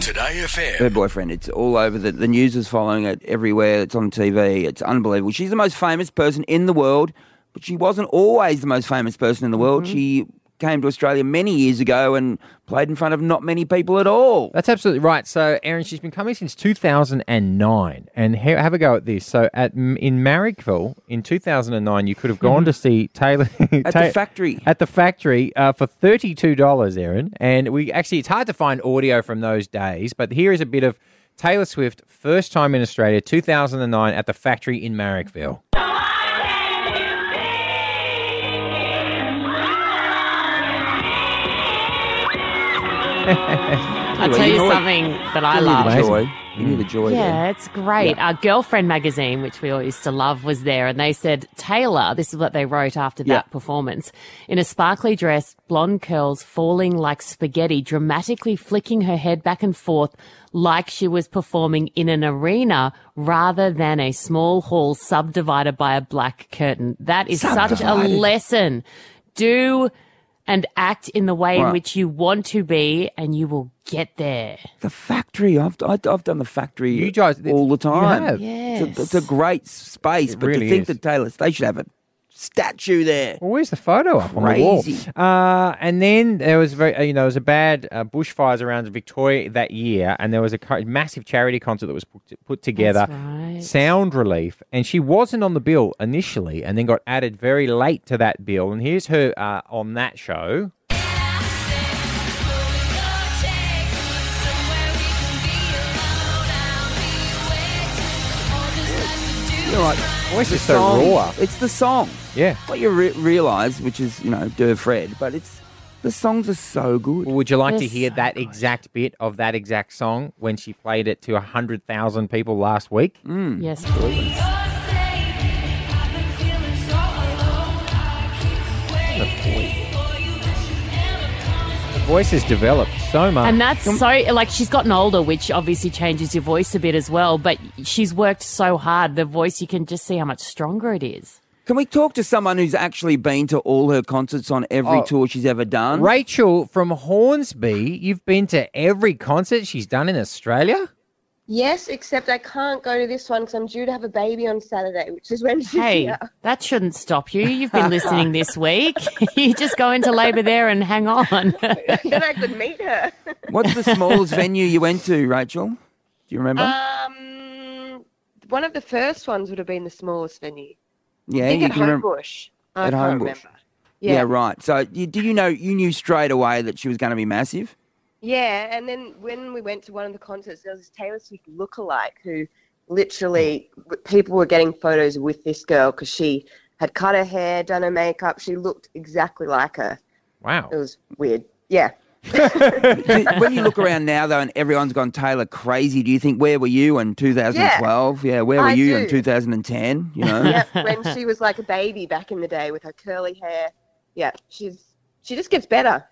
Today FM. Her boyfriend, it's all over. The, the news is following it everywhere. It's on TV. It's unbelievable. She's the most famous person in the world, but she wasn't always the most famous person in the world. Mm-hmm. She came to Australia many years ago and played in front of not many people at all. That's absolutely right. So, Aaron, she's been coming since 2009. And ha- have a go at this. So, at m- in Marrickville in 2009, you could have gone to see Taylor Mm-hmm. At Ta- the factory. at the factory uh, for thirty-two dollars, Aaron. And we actually, it's hard to find audio from those days, but here is a bit of Taylor Swift first time in Australia, two thousand and nine, at the factory in Marrickville. I'll tell you something that I You love. joy. You knew the joy. there. Yeah, it's great. Our girlfriend magazine, which we all used to love, was there, and they said Taylor. This is what they wrote after that Yeah. performance: in a sparkly dress, blonde curls falling like spaghetti, dramatically flicking her head back and forth like she was performing in an arena rather than a small hall subdivided by a black curtain. That is such a Subdivided. lesson. Do and act in the way in Right. which you want to be, and you will get there. The factory. I've, I- I've done the factory you guys, all the time. have. It's, a, it's a great space, but really to think is. that Taylor, they should have a statue there. Well, where's the photo up on the wall? Crazy. Uh, and then there was very, uh, you know, there was a bad uh, bushfires around Victoria that year, and there was a co- massive charity concert that was put, put together. Sound Relief, and she wasn't on the bill initially, and then got added very late to that bill. And here's her uh, on that show. You're like, voice the is so song- raw. It's the song. Yeah. What you re- realise, which is, you know, Der Fred, but it's the songs are so good. Would you like to They're hear that exact bit of that exact song when she played it to 100,000 people last week? Mm. Yes, The voice has developed so much. And that's so like she's gotten older, which obviously changes your voice a bit as well. But she's worked so hard; the voice you can just see how much stronger it is. Can we talk to someone who's actually been to all her concerts on every Oh. tour she's ever done? Rachel from Hornsby, you've been to every concert she's done in Australia? Yes, except I can't go to this one because I'm due to have a baby on Saturday, which is when she's Hey, here. [laughs] that shouldn't stop you. You've been listening this week. [laughs] you just go into labour there and hang on. [laughs] then I could meet her. What's the [laughs] smallest venue you went to, Rachel? Do you remember? Uh, Um, one of the first ones would have been the smallest venue. yeah, I think you at can remem- Homebush. I At can't Homebush. remember. Yeah. Yeah. right. So, you, do you know you knew straight away that she was going to be massive? Yeah, and then when we went to one of the concerts, there was this Taylor Swift lookalike who literally w- people were getting photos with this girl because she had cut her hair, done her makeup. She looked exactly like her. Wow. It was weird. Yeah. Do- when you look around now, though, and everyone's gone Taylor crazy, do you think where were you in 2012? Yeah, where were I you in do. 2010? You know, Yep, [laughs] when she was like a baby back in the day with her curly hair. Yeah, she's she just gets better.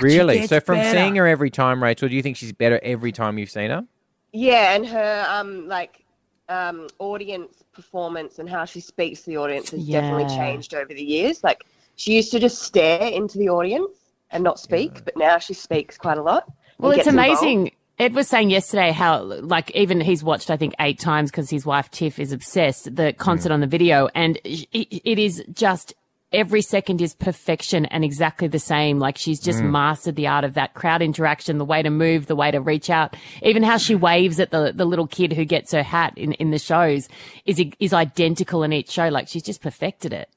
really? So, from better. seeing her every time, Rachel, do you think she's better every time you've seen her? Yeah, and her um like um audience performance and how she speaks to the audience has definitely Yeah. changed over the years. Like she used to just stare into the audience and not speak, but now she speaks quite a lot. and Well, it's gets involved. amazing. Ed was saying yesterday how, like, even he's watched, I think, eight times because his wife Tiff is obsessed, the concert on the video. And i- it is just every second is perfection and exactly the same. Like, she's just Mm. mastered the art of that crowd interaction, the way to move, the way to reach out. Even how she waves at the, the little kid who gets her hat in, in the shows is, is identical in each show. Like, she's just perfected it.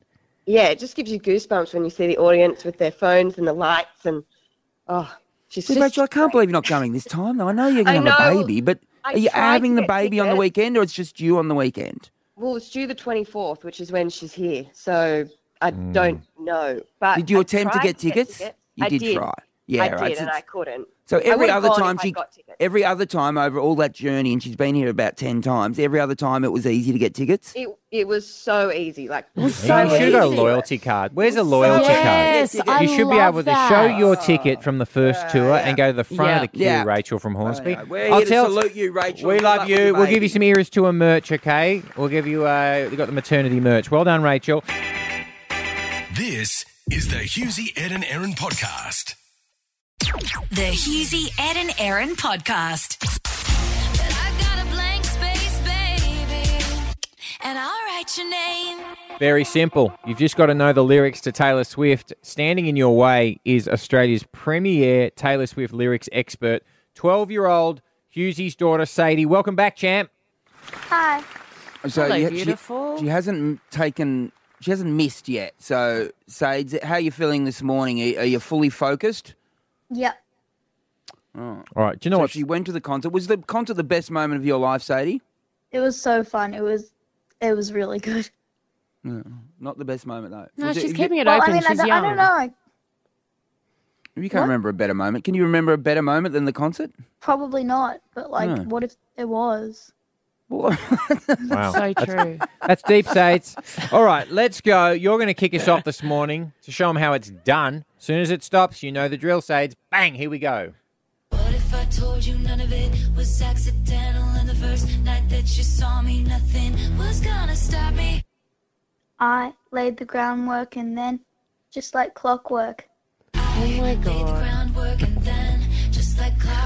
Yeah, it just gives you goosebumps when you see the audience with their phones and the lights and oh, she's See, just Rachel, I can't believe you're not going this time. Though I know you're I going to have a know. baby, but I are you tried having to the get baby on the tickets. weekend, or it's just you on the weekend? Well, it's due the 24th, which is when she's here. So I don't know. But Hmm. Did you I attempt to tried get tickets? You I did try. Yeah, I right, did, so and it's- I couldn't. So I every would've other gone time if I she, got tickets. every other time over all that journey, and she's been here about ten times. Every other time, it was easy to get tickets. It, it was so easy. Like it was you should have got a loyalty card. Where's a loyalty Yes, card? I you should be love able that. to show your ticket from the first tour and go to the front Yeah. of the queue, Yeah. Rachel from Hornsby. We're here to salute you, Rachel. We Good love luck with you. your We'll give you baby. some ears to a merch, okay? We'll give you. Uh, we got the maternity merch. Well done, Rachel. This is the Husey, Ed and Aaron podcast. The Husey, Ed and Aaron podcast. And I'll write your name. Very simple. You've just got to know the lyrics to Taylor Swift. Standing in Your Way is Australia's premier Taylor Swift lyrics expert, 12 year old Hughesy's daughter, Sadie. Welcome back, champ. Hi. So Hello, yeah, beautiful. She, she hasn't m- taken. She hasn't missed yet. So, Sades, how are you feeling this morning? Are, are you fully focused? Yep. Oh. All right. Do you know so what? She went to the concert. Was the concert the best moment of your life, Sadie? It was so fun. It was it was really good. No, not the best moment though. [laughs] No, Was she's you- keeping it Well, I open. mean, I She's don't- I don't young. know. I- You can't remember a better moment. Can you remember a better moment than the concert? Probably not, but like No. what if it was? Wow. So That's- true. That's deep, Sades. All right, let's go. You're going to kick us off this morning to show them how it's done. Soon as it stops, you know the drill, Sades. Bang, here we go. What if I told you none of it was accidental and the first night that you saw me, nothing was gonna stop me? I laid the groundwork and then just like clockwork, Oh my god.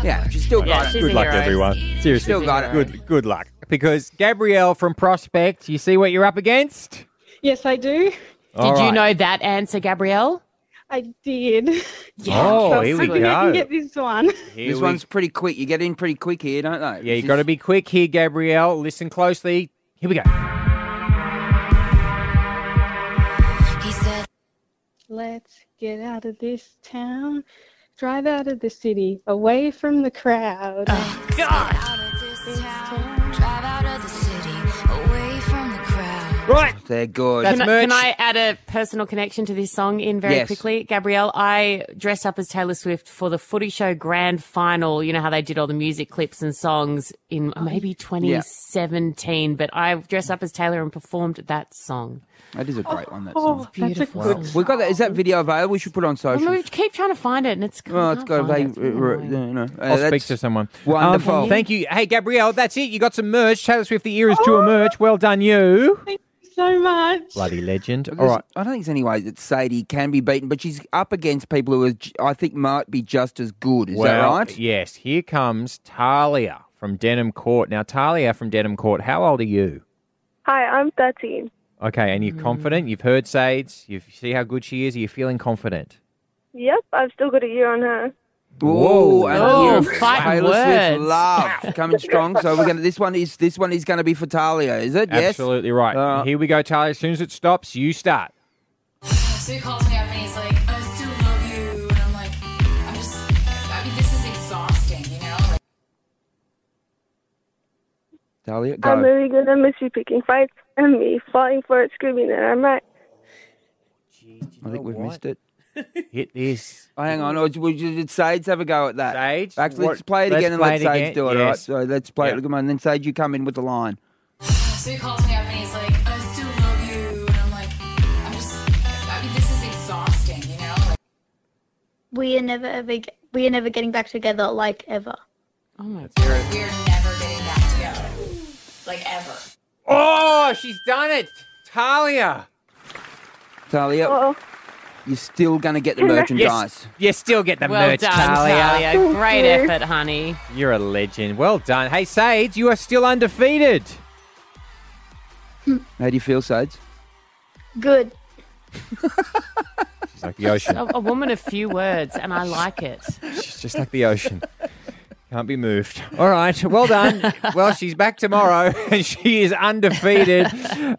Yeah, she's still got it. good luck, everyone. Seriously, Still got it. Good, good luck. Because Gabrielle from Prospect, you see what you're up against. Yes, I do. All did you right. know that answer, Gabrielle? I did. Oh, here we Hopefully I go. can get this one. Here this we- one's pretty quick. You get in pretty quick here, don't they? Yeah, you got to be quick here, Gabrielle. Listen closely. Here we go. He said, Let's get out of this town, drive out of the city, away from the crowd. God. Out of this town, drive out of the city, away from the crowd. Right. They're good. Can I, can I add a personal connection to this song in very Yes. quickly? Gabrielle, I dressed up as Taylor Swift for the footy show grand final. You know how they did all the music clips and songs in Oh, maybe 2017, but I dressed up as Taylor and performed that song. That is a great one. That Oh, song. that's a Beautiful. good We've got that. Is that video available? We should put it on I social. we keep trying to find it and it's Oh, it's got find they, it. It's uh, you know, uh, I'll speak that's to someone. Wonderful. Um, thank you. Hey, Gabrielle, that's it. You got some merch. Taylor Swift, the Eras Oh. Tour merch. Well done, you. so much. Bloody legend. Look, All there's- right. I don't think there's any way that Sadie can be beaten, but she's up against people who are, j- I think might be just as good. Is that Well, right? Yes. Here comes Talia from Denham Court. Now, Talia from Denham Court, how old are you? Hi, I'm 13. Okay, and you're Hmm. confident. You've heard Sades. You see how good she is. Are you feeling confident? Yep, I've still got a year on her. Whoa! And Oh, you fighting Taylor Swift words. love coming strong. So we're gonna. This one is this one is going to be for Talia, is it? Yes. Absolutely right. Uh, Here we go, Talia. As soon as it stops, you start. So he calls me up and he's like, I still love you. And I'm like, I'm just, I mean, this is exhausting, you know? Like, Talia, go. I'm really good at mystery picking fights and me falling for it, screaming that I'm right. I think we've missed it. Oh, Hit this. Oh, hang on. Or d- would you- did Sades have a go at that? Sage, Actually, let's what- play it let's again and play let it Sage again, do it. all right? yes. So let's play Yeah. it. Come on. Then Sage, you come in with the line. so he calls me up and he's like, I still love you. And I'm like, I'm just, I mean, this is exhausting, you know? Like, We are never ever. ge- We are never getting back together, like ever. Oh my we're never getting back together. Like, ever. Oh, she's done it, Talia. Talia, Oh. you're still going to get the Yes. merchandise. You still get the Well merch, done, Talia. Talia. Great effort, honey. You're a legend. Well done. Hey, Sage, you are still undefeated. How do you feel, Sage? Good. She's like the ocean. A, a woman of few words, and I like [laughs] it. She's just like the ocean. Can't be moved. All right. [laughs] Well done. well, she's back tomorrow [laughs] and she [laughs] is undefeated.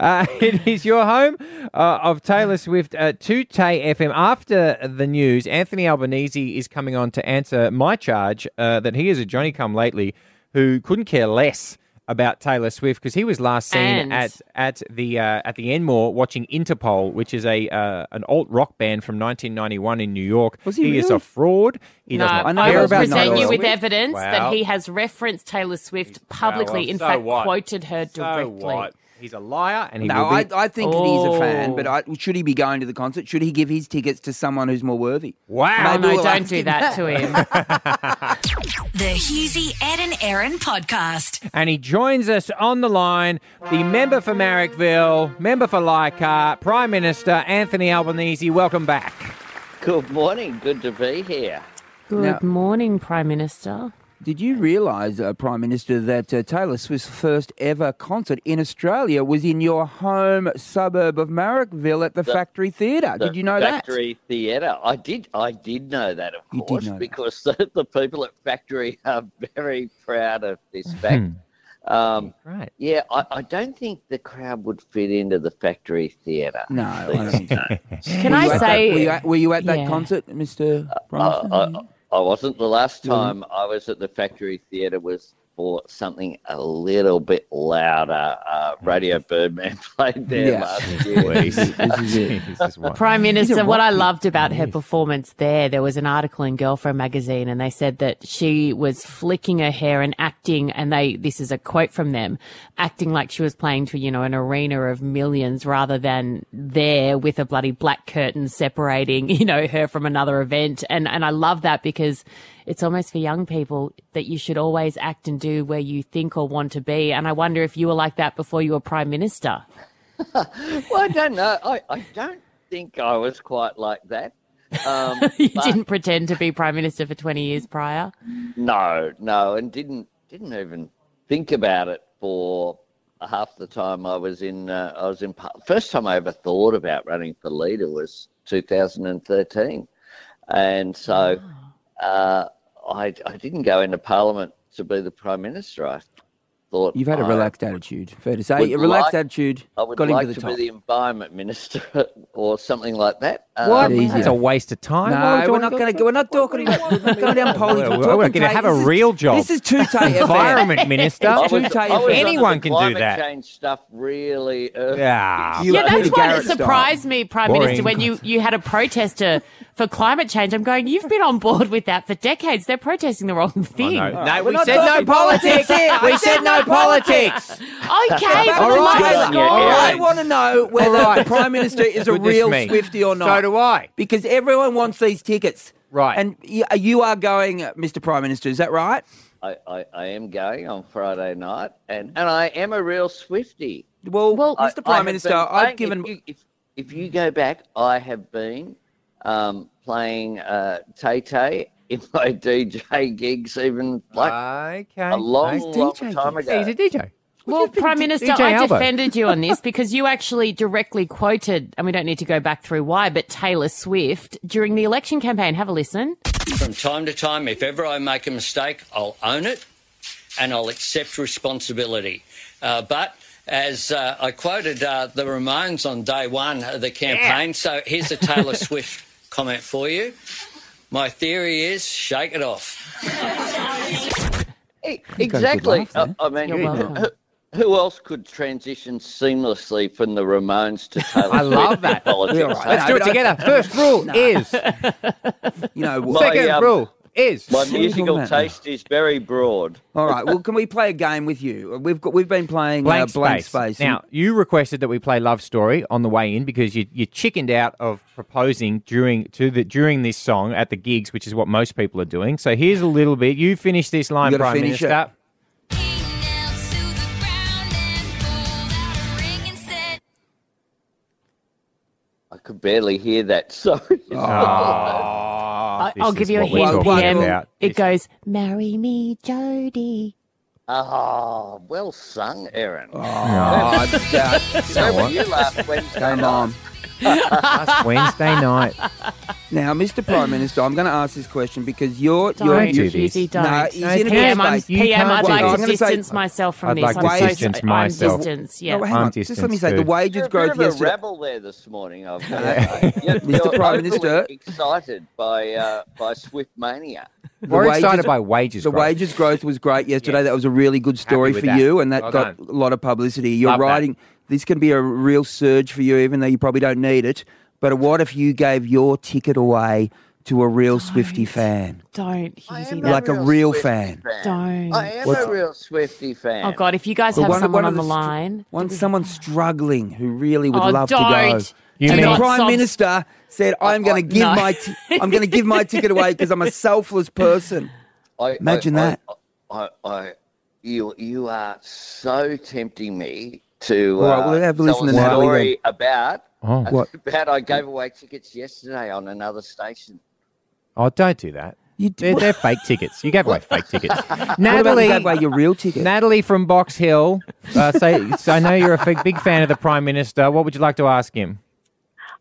Uh, it is your home uh, of Taylor Swift uh, at 2Tay FM. After the news, Anthony Albanese is coming on to answer my charge uh, that he is a Johnny come lately who couldn't care less about Taylor Swift because he was last seen And- at at the uh, at the Enmore watching Interpol, which is a uh, an alt rock band from 1991 in New York. Was he is really? a fraud. He no, doesn't I care will about present Taylor you with Swift. evidence Well, that he has referenced Taylor Swift publicly. well, in so fact, what? quoted her directly. what? He's a liar, and he no, will be- I, I think that he's a fan, Oh. but I, should he be going to the concert? Should he give his tickets to someone who's more worthy? Wow. Oh, Maybe no, we'll don't ask do him that to him. [laughs] The Husey, Ed and Aaron podcast. and he joins us on the line. The member for Marrickville, member for Leichhardt, Prime Minister Anthony Albanese. Welcome back. [laughs] Good morning. Good to be here. Good Now- morning, Prime Minister. Did you realise, uh, Prime Minister, that uh, Taylor Swift's first ever concert in Australia was in your home suburb of Marrickville at the, The- Factory Theatre? The Did you know that? Factory Theatre. I did. I did know that, of You did course, know that. because [laughs] The, the people at Factory are very proud of Hmm. this fact. Um, right. Yeah, I, I don't think the crowd would fit into the Factory Theatre. [laughs] No, I don't think so. [laughs] Can I Were you at that- say? were you at, were you at that Yeah. concert, Mr. Uh, I, Prime Minister? Uh, I, I wasn't the last You time weren't? I was at the Factory Theatre was for something a little bit louder. Uh, Radio Birdman [laughs] played there Yeah. last year. [laughs] Prime Minister, rock what I loved about her performance there, there was an article in Girlfriend magazine and they said that she was flicking her hair and acting, and they, this is a quote from them, acting like she was playing to, you know, an arena of millions rather than there with a bloody black curtain separating, [laughs] you know, her from another event. And, and I love that because it's almost for young people that you should always act and do where you think or want to be. And I wonder if you were like that before you were Prime Minister. well, I don't know. I, I don't think I was quite like that. Um, [laughs] you but- didn't pretend to be prime minister for 20 years prior. No, no, and didn't didn't even think about it for half the time I was in. Uh, I was in. par- First time I ever thought about running for leader was 2013, and so uh, I I didn't go into Parliament to be the Prime Minister. I thought You've had uh, a I relaxed attitude. Fair to say, would a relaxed like- attitude I would got like him to to the top. be the Environment Minister [laughs] or something like that. Um, What? That's a waste of time. Why would you wanna No, we're not going to. We're not talking about. We're not [laughs] going down politics. We're- We're, we're talking gonna Tay- have a this is- real job. This is two Tay Environment minister. It's I two was- Tay I was FM. under Anyone the can do climate that. change stuff really early. Yeah. Ah. You yeah, are that's Peter why it Garrett style. surprised me, Prime Boring. Minister, when you, you had a protester for climate change. I'm going, you've been on board with that for decades. They're protesting the wrong thing. no, We're we not said no talking politics. politics. We said no politics. okay. All for the right, love of all right. I God. want to know whether [laughs] the Prime Minister is a Goodness real me. Swifty or So not. do I. Because everyone wants these tickets. Right. And y- you are going, uh, Mr. Prime Minister, is that right? I, I, I am going on Friday night, and, and I am a real Swifty. Well, I- Mr. Prime I have Minister, been I've playing- given. If you, if, if you go back, I have been um, playing uh, Tay Tay in [laughs] my DJ gigs, even like okay. a long, Nice long DJ time gigs. ago. He's a DJ. Well, Prime Minister, DJ I Albo? defended you on this because you actually directly quoted, and we don't need to go back through why, but Taylor Swift during the election campaign. Have a listen. From time to time, if ever I make a mistake, I'll own it and I'll accept responsibility. Uh, but as uh, I quoted uh, the Ramones on day one of the campaign, so here's a Taylor Swift comment for you. My theory is shake it off. Exactly. laugh eh? I, I mean, You're welcome. who, who else could transition seamlessly from the Ramones [laughs] to Taylor I Swift love in that. politics? You're right. Let's do it together. [laughs] First rule is. You know, My, um, is. My Single musical man. taste is very broad. All right. Well, can we play a game with you? We've got we've been playing Blank, uh, blank space. space. Now you requested that we play Love Story on the way in because you you chickened out of proposing during to the during this song at the gigs, which is what most people are doing. So here's a little bit. You finish this line, You gotta Prime finish it. Minister. I could barely hear that. [laughs] Sorry. Ah, I, I'll give you a hint, PM. It goes, marry me, Jody. Oh, well sung, Aaron. Ah. Oh, that's- Where were [laughs] Somewhat. you last Wednesday? Game night? [laughs] on. Last Wednesday night. Now, Mr. Prime Minister, I'm going to ask this question because you're Don't, you're, do you're this. don't. No, he's in PM, a bit of I'm, space. PM I'd like I'm to gonna say- distance myself from I'd this. like I'm to so distance sorry. myself. I'm distance, yeah. No, hang on. Just let me say the wages You're a growth bit of a yesterday. rebel there this morning. I've got to [laughs] say. You're- Mr. you're Prime overly Minister. excited by uh, by Swift mania. We're excited by wages The growth. wages growth was great yesterday. That was a really good story with for that. you, and that Well got a lot of publicity. You're Love that. riding. This can be a real surge for you, even though you probably don't need it. But what if you gave your ticket away to a real Swifty fan? Don't, Husey. Like a that's- real Swiftie fan. Don't. I am What's- a real Swifty fan. Oh, God, if you guys But have one- someone on one of the str- line. One someone struggling who really would Oh, love to go. don't. You and the mean- prime Sob- minister said, "I'm going to give oh, no. my t- I'm going to give my ticket away [laughs] because I'm a selfless person." I, Imagine I- that. I, I, I, you, you are so tempting me to All uh, right, well, have a tell listen a to Natalie story about [laughs] Oh. What? about I gave away tickets yesterday on another station. Oh, don't do that. You they're, they're fake tickets. You gave away fake tickets. [laughs] [laughs] What about Natalie, [laughs] you gave away your real ticket? Natalie from Box Hill. Uh, say, [laughs] so I know you're a big, big fan of the Prime Minister. What would you like to ask him?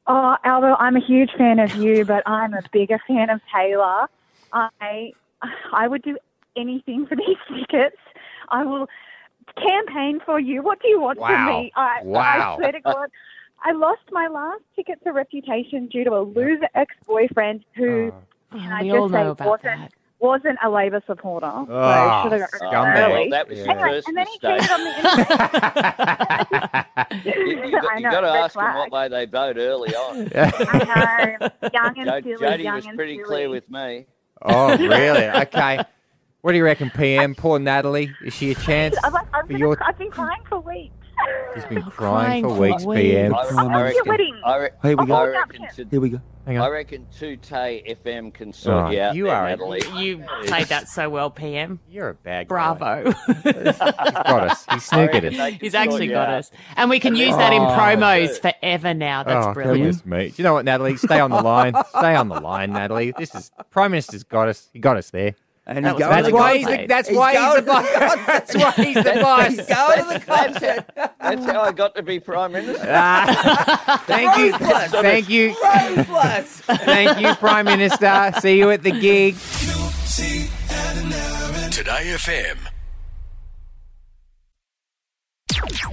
Oh, Albert, I'm a huge fan of you, but I'm a bigger fan of Taylor. I I would do anything for these [laughs] tickets. I will campaign for you. What do you want Wow. from me? I, Wow. I swear to God. I lost my last ticket to Reputation due to a loser ex-boyfriend who, can I Oh, we all just know say, about wasn't, wasn't a Labour supporter. Ah, so should have got scumbag. rid of her early. Well, that was your anyway, first and then he mistake. cheated on the You, you got, I you know, got to red ask them what way they vote early [laughs] on. I know, young and Jo- silly, Jodie young was and pretty silly. clear with me. Oh, really? [laughs] [laughs] Okay. What do you reckon, PM? Poor Natalie. Is she a chance I'm like, I'm for gonna, your I've been crying for weeks. He's been crying, for weeks, PM. I re- Here we go. I reckon, to- Here we go. Hang I reckon 2Tay FM can sort Oh, you out you there, are a- Natalie. You played that so well, PM. You're a bad Bravo. [laughs] got us. He snookered us. He's actually got us. And we can use that in Oh. promos forever now. That's oh, brilliant. goodness me. Do you know what, Natalie? Stay on the line. Stay on the line, Natalie. This is Prime Minister's got us. He got us there. And that's why he's the, that's why he's the [laughs] boss. That's why he's the boss. Go [laughs] to the concert. That's how I got to be Prime Minister. Ah. [laughs] Thank you. Thank you. Thank you, Prime Minister. See you at the gig. Today FM.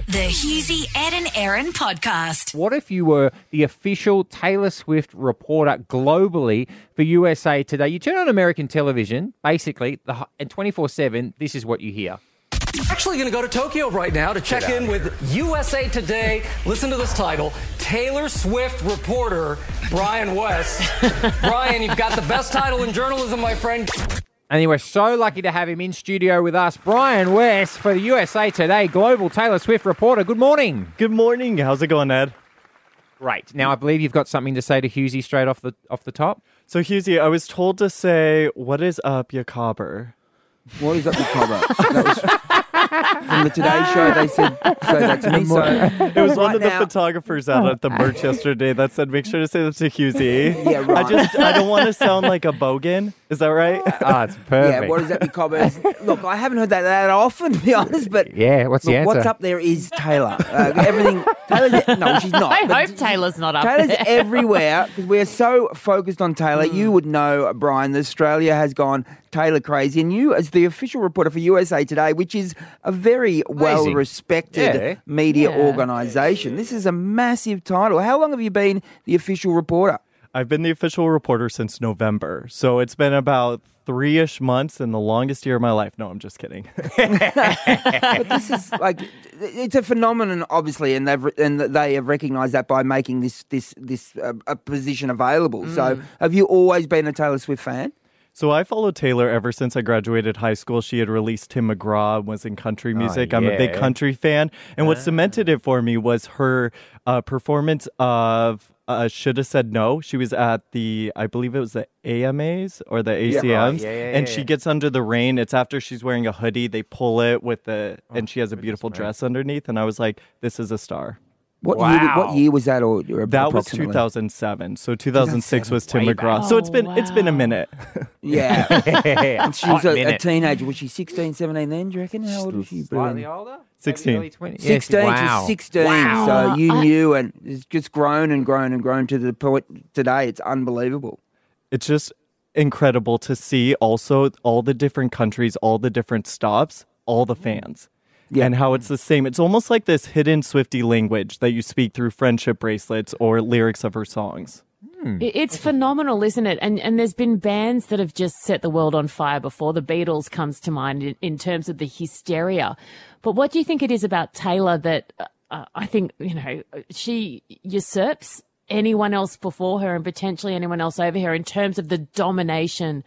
The Husey, [laughs] Ed and Aaron podcast. What if you were the official Taylor Swift reporter globally for USA Today? You turn on American television, basically, the, hi- and 24 7, this is what you hear. Actually, going to go to Tokyo right now to check in with USA Today. Listen to this title Taylor Swift reporter Brian West. Brian, you've got the best title in journalism, my friend. And we're so lucky to have him in studio with us, Brian West, for the USA Today global Taylor Swift reporter. Good morning. Good morning. How's it going, Ed? Great. Now, I believe you've got something to say to Husey straight off the off the top. So, Husey, I was told to say, What is up, your cobber? What is up, your cobber? From the Today Show, they said, so that's me. So it was one right of the now- photographers out at the merch yesterday that said, "Make sure to say that to Husey." Yeah, right. I just I don't want to sound like a bogan. Is that right? Ah, it's Yeah, what is up, your cobber? Look, I haven't heard that that often, to be honest, but Yeah, what's the look, what's answer? up there is Taylor. Uh, everything. [laughs] Taylor's, no, she's not. I but hope Taylor's not up Taylor's there. everywhere because we're so focused on Taylor. You would know, uh, Brian, that Australia has gone Taylor crazy. And you, as the official reporter for USA Today, which is a very well respected Yeah. media Yeah. organisation, this is a massive title. How long have you been the official reporter? I've been the official reporter since November, so it's been about three-ish months and the longest year of my life. No, I'm just kidding. [laughs] but this is like it's a phenomenon, obviously, and they've and they have recognised that by making this this this uh, a position available. So, Mm. have you always been a Taylor Swift fan? So I followed Taylor ever since I graduated high school. She had released Tim McGraw and was in country Ah, music. I'm a big yeah. country fan. And what cemented it for me was her uh, performance of uh, Should Have Said No. She was at the, I believe it was the AMAs or the Yeah. ACMs. Yeah, yeah, and yeah, she yeah. gets under the rain. It's after she's wearing a hoodie. They pull it with the, Oh, and she has a beautiful dress underneath. And I was like, this is a star. What year? What year was that? Or or That was approximately? 2007. So 2006 was Tim Way back. McGraw. So it's been it's been a minute. Yeah, [laughs] And she was Hot a, a minute. teenager. Was she 16, 17 then? Do you reckon? How old was she? Slightly older. 16. 16 Wow. to 16 Wow. so you I- knew and it's just grown and grown and grown to the point today it's unbelievable it's just incredible to see also all the different countries, all the different stops, all the fans. And how it's the same. It's almost like this hidden Swifty language that you speak through friendship bracelets or lyrics of her songs. It- It's phenomenal, isn't it? And and there's been bands that have just set the world on fire before. The Beatles comes to mind in, in terms of the hysteria. But what do you think it is about Taylor that uh, I think you know she usurps anyone else before her and potentially anyone else over her in terms of the domination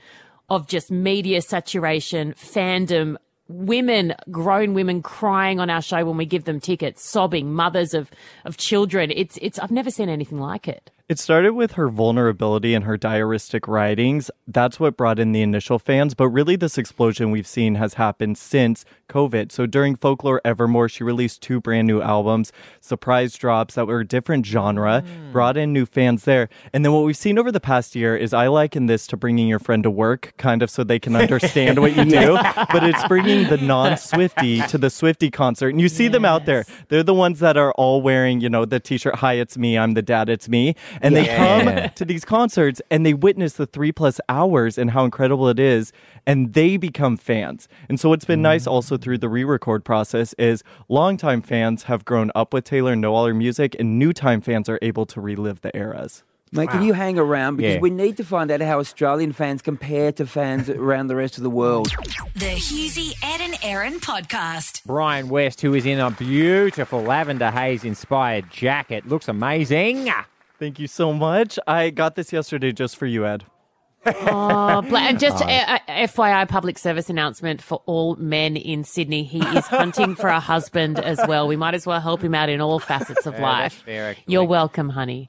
of just media saturation, fandom, women, grown women crying on our show when we give them tickets, sobbing, mothers of of children. It's it's I've never seen anything like it. It started with her vulnerability and her diaristic writings. That's what brought in the initial fans, but really this explosion we've seen has happened since COVID. So during Folklore Evermore, she released two brand new albums, surprise drops that were a different genre, brought in new fans there. And then what we've seen over the past year is I liken this to bringing your friend to work, kind of so they can understand what you do, but it's bringing the non Swifty to the Swifty concert. And you see them out there. They're the ones that are all wearing, you know, the t shirt, hi, it's me, I'm the dad, it's me. And they Yeah. come to these concerts and they witness the three plus hours and how incredible it is. And they become fans. And so what's been nice also through the re record process is longtime fans have grown up with Taylor and know all her music, and new time fans are able to relive the eras. Mate, can you hang around because Yeah. we need to find out how Australian fans compare to fans around the rest of the [laughs] world. The Husey, Ed and Aaron podcast. Brian West, who is in a beautiful lavender haze inspired jacket, looks amazing. Thank you so much. I got this yesterday just for you, Ed. Oh, bla- and just [laughs] Oh. a, a- FYI, public service announcement for all men in Sydney. He is hunting [laughs] for a husband as well. We might as well help him out in all facets of Yeah, that's life. fair, actually. You're welcome, honey.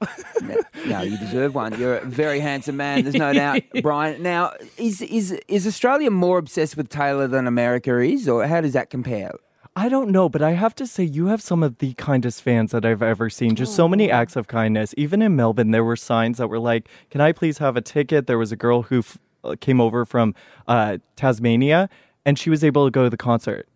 No, you deserve one. You're a very handsome man. There's [laughs] no doubt, Brian. Now, is is is Australia more obsessed with Taylor than America is, or how does that compare? I don't know, but I have to say, you have some of the kindest fans that I've ever seen. Just so many acts of kindness. Even in Melbourne, there were signs that were like, Can I please have a ticket? There was a girl who f- uh, came over from uh, Tasmania and she was able to go to the concert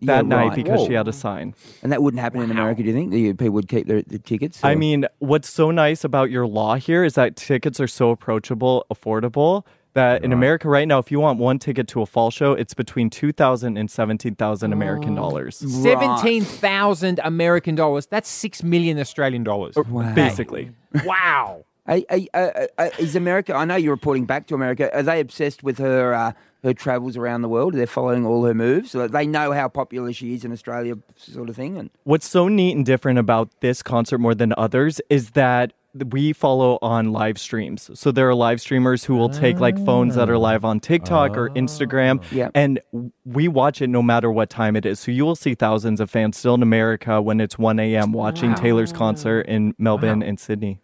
Yeah, that night right. because she Whoa. had a sign. And that wouldn't happen in America, do you think? The people would keep their, the tickets. I or- [laughs] mean, what's so nice about your law here is that tickets are so approachable, affordable that in America right now, if you want one ticket to a fall show, it's between two thousand and seventeen thousand American dollars. Oh, Seventeen thousand American dollars. That's six million Australian dollars. Uh, Basically. Wow. Are- are- are- are- is America? I know you're reporting back to America. Are they obsessed with her uh, her travels around the world? They're following all her moves. So that they know how popular she is in Australia, sort of thing. And What's so neat and different about this concert more than others is that th- we follow on live streams. So there are live streamers who will take like phones that are live on TikTok or Instagram and w- we watch it no matter what time it is. So you will see thousands of fans still in America when it's 1 a.m. watching Taylor's concert in Melbourne and Sydney.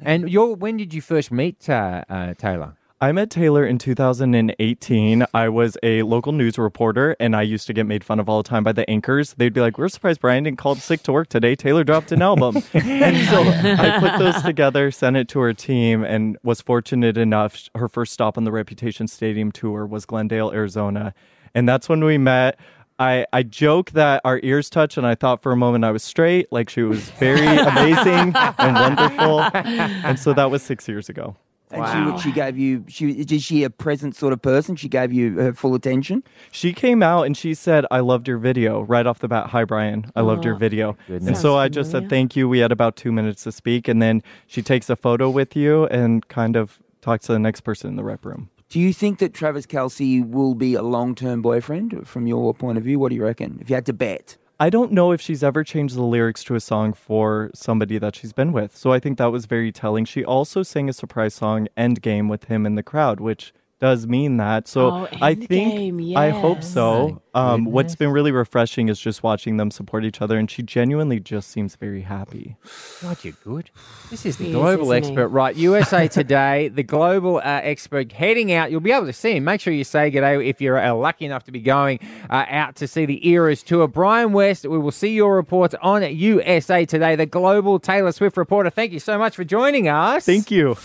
And your when did you first meet uh, uh, Taylor? I met Taylor in 2018. I was a local news reporter and I used to get made fun of all the time by the anchors. They'd be like, We're surprised Brian didn't call sick to work today. Taylor dropped [laughs] an album. and so I put those together, sent it to her team, and was fortunate enough. Her first stop on the Reputation Stadium tour was Glendale, Arizona. And that's when we met. I, I joke that our ears touched, and I thought for a moment I was straight. Like she was [laughs] very amazing and wonderful. [laughs] And so that was six years ago. And she, she gave you. She is she a present sort of person? She gave you her full attention. She came out and she said, I loved your video right off the bat. Hi, Brian. I loved your Oh, video. And Sounds so I just said, Thank you. We had about two minutes to speak. And then she takes a photo with you and kind of talks to the next person in the rep room. Do you think that Travis Kelsey will be a long term boyfriend from your point of view? What do you reckon? If you had to bet, I don't know if she's ever changed the lyrics to a song for somebody that she's been with. So I think that was very telling. She also sang a surprise song, Endgame, with him in the crowd, which does mean that. So Oh, I think, Endgame, I hope yes. so. Um, what's been really refreshing is just watching them support each other. And she genuinely just seems [sighs] very happy. God, you're good. This is the He is, global isn't he? expert, right? [laughs] USA Today, the global uh, expert heading out. You'll be able to see him. Make sure you say g'day if you're uh, lucky enough to be going uh, out to see the Eras tour. Brian West, we will see your reports on USA Today, the global Taylor Swift reporter. Thank you so much for joining us. Thank you.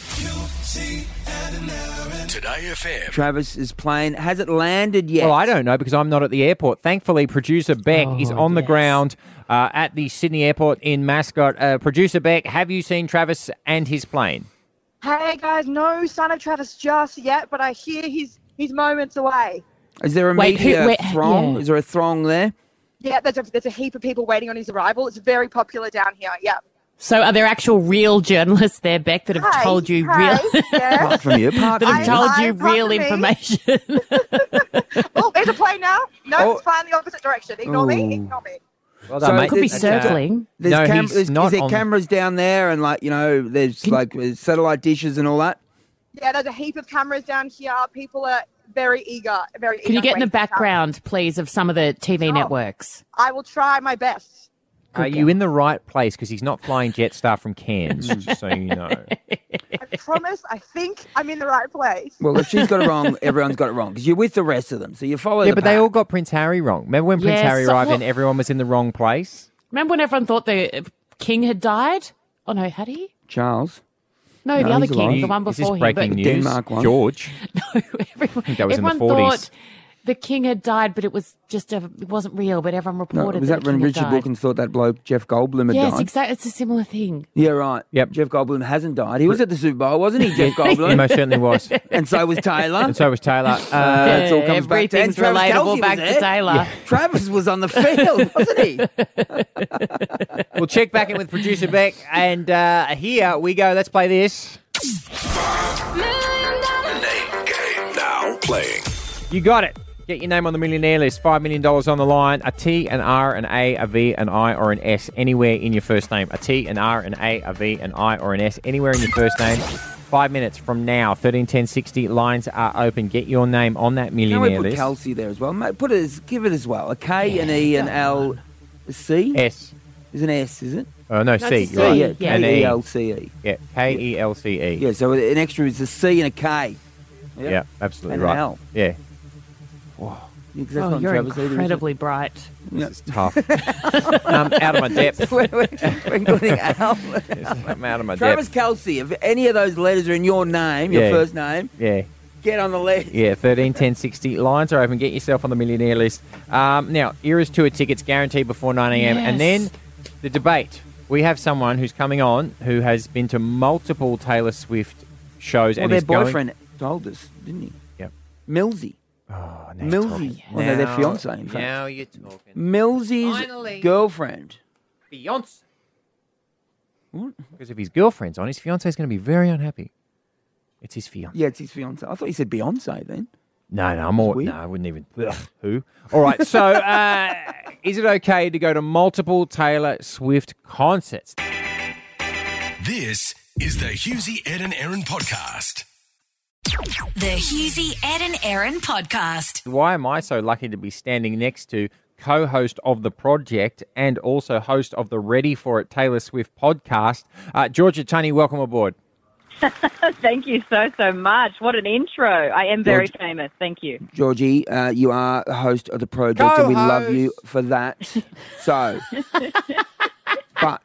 Today FM. Travis's plane has it landed yet? Well, I don't know because I'm not at the airport. Thankfully, producer Beck Oh, is on the ground uh, at the Sydney airport in Mascot. Uh, producer Beck, have you seen Travis and his plane? Hey guys, no son of Travis just yet, but I hear he's he's moments away. Is there a Wait, who- media wait, throng? yeah. Is there a throng there? Yeah, there's a, there's a heap of people waiting on his arrival. It's very popular down here. Yeah. So, are there actual real journalists there, Beck, that have told you real? [laughs] Apart from you, that apart from have you. told Hi, you pardon real me. information. Oh, there's a plane now. No, Oh. it's flying the opposite direction. Ignore me. Ooh. Ignore me. Well done, mate. Could be there's- circling. There's No, cam- he's there's, not is there on- cameras down there and like you know there's like there's satellite dishes and all that? Yeah, there's a heap of cameras down here. People are very eager. Very. Can you eager get in the waiting to come. background, please, of some of the TV networks? I will try my best. Are you in the right place? Because he's not flying Jetstar from [laughs] Cairns, just so you know. [laughs] I promise. I think I'm in the right place. Well, if she's got it wrong, [laughs] everyone's got it wrong because you're with the rest of them, so you follow. yeah, the but pack. they all got Prince Harry wrong. Remember when Prince Yes, Harry arrived well- and everyone was in the wrong place? Remember when everyone thought the uh, king had died? Oh no, had he? Charles. No, the other king, the one Is this before him. breaking But news? Denmark one. [laughs] George. No, everyone. I think that was in the everyone 40s. thought the king had died, but it was just a, it wasn't real. But everyone No, reported was that, that when the king Richard had died. Wilkins thought that bloke Jeff Goldblum had Yes, died? exactly. It's a similar thing. Yeah, right. Yep. Jeff Goldblum hasn't died. He was at the Super Bowl, [laughs] wasn't he, Jeff Goldblum? He most certainly was. [laughs] And so was Taylor. And so was Taylor. [laughs] Uh, That's all comes back to and everything's Travis relatable Kelce was back to there. Taylor. Travis was [laughs] on the field, wasn't he? We'll check back in with producer Beck. And uh, here we go. Let's play this. Name game now playing. You got it. Get your name on the millionaire list. $5 million on the line. A T, an R, an A, a V, an I, or an S anywhere in your first name. A T, an R, an A, a V, an I, or an S anywhere in your first name. Five minutes from now, 131060, lines are open. Get your name on that Can millionaire we put list. Kelsey there as well? Ma- Put it as, give it as well. A K, an E, an L, a C? S. Is an S, is it? Oh, no, C, you're right. Yeah, And K E. E L C E. Yeah, K E L C E. Yeah, so an extra is a C and a K. Yeah, absolutely And an right. L. Yeah. Yeah, 'cause that's Oh, not you're Travis either, is it? incredibly bright. This is [laughs] tough. I'm out of my depth. We're- we're- we're including Al. I'm out of my Travis depth. Kelsey, if any of those letters are in your name, your Yeah. first name, Yeah. get on the list. Yeah, 13, 10, 60. Lines are open. Get yourself on the millionaire list. Um, now, Eras Tour tickets guaranteed before 9 a.m. And then Yes. the debate. We have someone who's coming on who has been to multiple Taylor Swift shows Well, and their is going- boyfriend told us, didn't he? Yep. Millsy. Oh, Millsy. Oh, no, their Now- fiance, in fact. now you're talking. Millsy's Finally. girlfriend. Beyonce. Because if his girlfriend's on, his fiance's going to be very unhappy. It's his fiance. Yeah, it's his fiance. I thought he said Beyonce then. No, no, I'm all. weird. No, I wouldn't even. [laughs] Ugh, who? All right. So, uh, is it okay to go to multiple Taylor Swift concerts? This is the Husey, Ed and Aaron podcast. The Husey, Ed and Aaron podcast. Why am I so lucky to be standing next to co-host of the project and also host of the Ready for It Taylor Swift podcast, uh, Georgia Tunney? Welcome aboard. [laughs] Thank you so, so much. What an intro. I am very George- famous. Thank you. Georgie, uh, you are the host of the project, and we love you for that. [laughs] So, but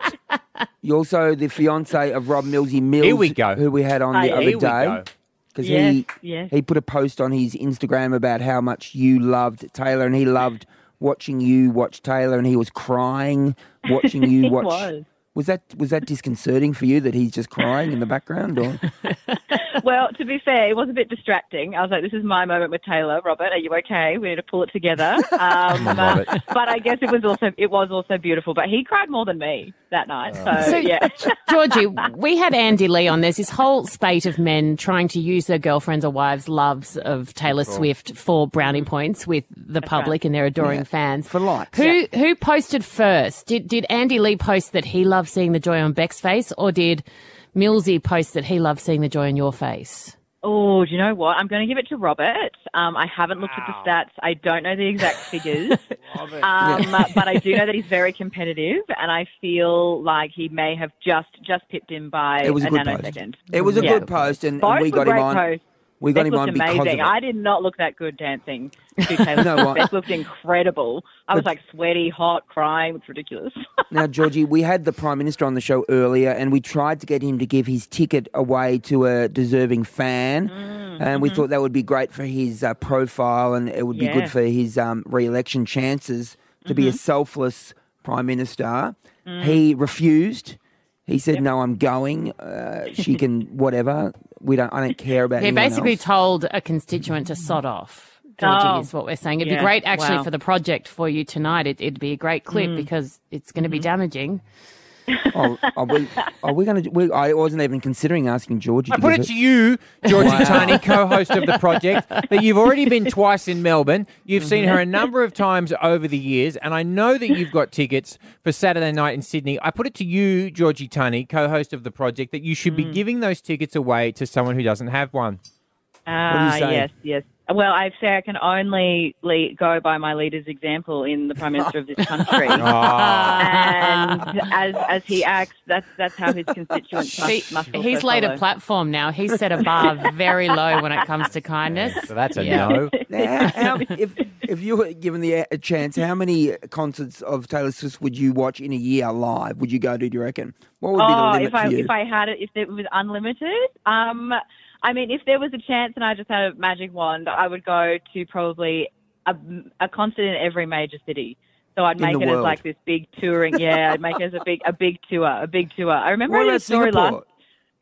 you're also the fiance of Rob Millsy Mills. Here we go. Who we had on the Hi. other Here we day. go. Because Yes, he, yes. he put a post on his Instagram about how much you loved Taylor, and he loved watching you watch Taylor, and he was crying watching [laughs] you He watch. was. was that was that disconcerting for you that he's just crying in the background? Or well, to be fair, it was a bit distracting. I was like, this is my moment with Taylor. Robert, are you okay? We need to pull it [laughs] together. Um, on, Robert. but I guess it was also it was also beautiful. But he cried more than me that night. Oh. So, So, yeah. Georgie, we had Andy Lee on. There's this whole spate of men trying to use their girlfriends or wives' loves of Taylor Sure. Swift for brownie points with the public and their adoring Yeah. fans. For likes. Who who posted first? Did did Andy Lee post that he loved seeing the joy on Beck's face, or did Millsy post that he loved seeing the joy on your face? Oh, do you know what? I'm going to give it to Robert. Um, I haven't looked at the stats. I don't know the exact figures. um, but I do know that he's very competitive, and I feel like he may have just just pipped him by it was a a good post. nanosecond. It was a Yeah. good post, and, Both and we were got him great on. posts. We got Beck him on looked because of amazing. it. I did not look that good dancing [laughs] to Taylor know Swift. what? Beck looked incredible. I was like sweaty, hot, crying. It's ridiculous. Now, Georgie, we had the Prime Minister on the show earlier and we tried to get him to give his ticket away to a deserving fan. and we thought that would be great for his uh, profile and it would be Yeah. good for his um, re election chances to be a Mhm. selfless Prime Minister. Mm. He refused. He said, "No, I'm going. Uh, she can whatever. We don't. I don't care about." He anyone basically else." told a constituent to sod off. Georgie Oh. is what we're saying. It'd Yeah. be great actually Wow. for the project for you tonight. It, it'd be a great clip Mm. because it's going to be damaging. Oh, are we? Are we going to? I wasn't even considering asking Georgie. I to put give it to you, Georgie Wow. Tony, co-host of [laughs] the project, that you've already been twice in Melbourne. You've seen her a number of times over the years, and I know that you've got tickets for Saturday night in Sydney. I put it to you, Georgie Tunney, co-host of the project, that you should be giving those tickets away to someone who doesn't have one. Ah, say? yes, yes. Well, I say I can only le go by my leader's example in the prime minister of this country, and as as he acts, that's that's how his constituents must, He- must also he's laid follow. a platform now. He's set a [laughs] bar very low when it comes to kindness. So that's a Yeah. [laughs] no. Now, how- if if you were given the uh, a- a chance, how many concerts of Taylor Swift would you watch in a year live? Would you go to? Do you reckon? What would be the oh, limit if I for you? if I had it, if it was unlimited, um, I mean, if there was a chance and I just had a magic wand, I would go to probably a, a concert in every major city. So I'd In make the it as world. like this big touring. Yeah, I'd make it as a big a big tour, a big tour. I remember what I did a about story Singapore? last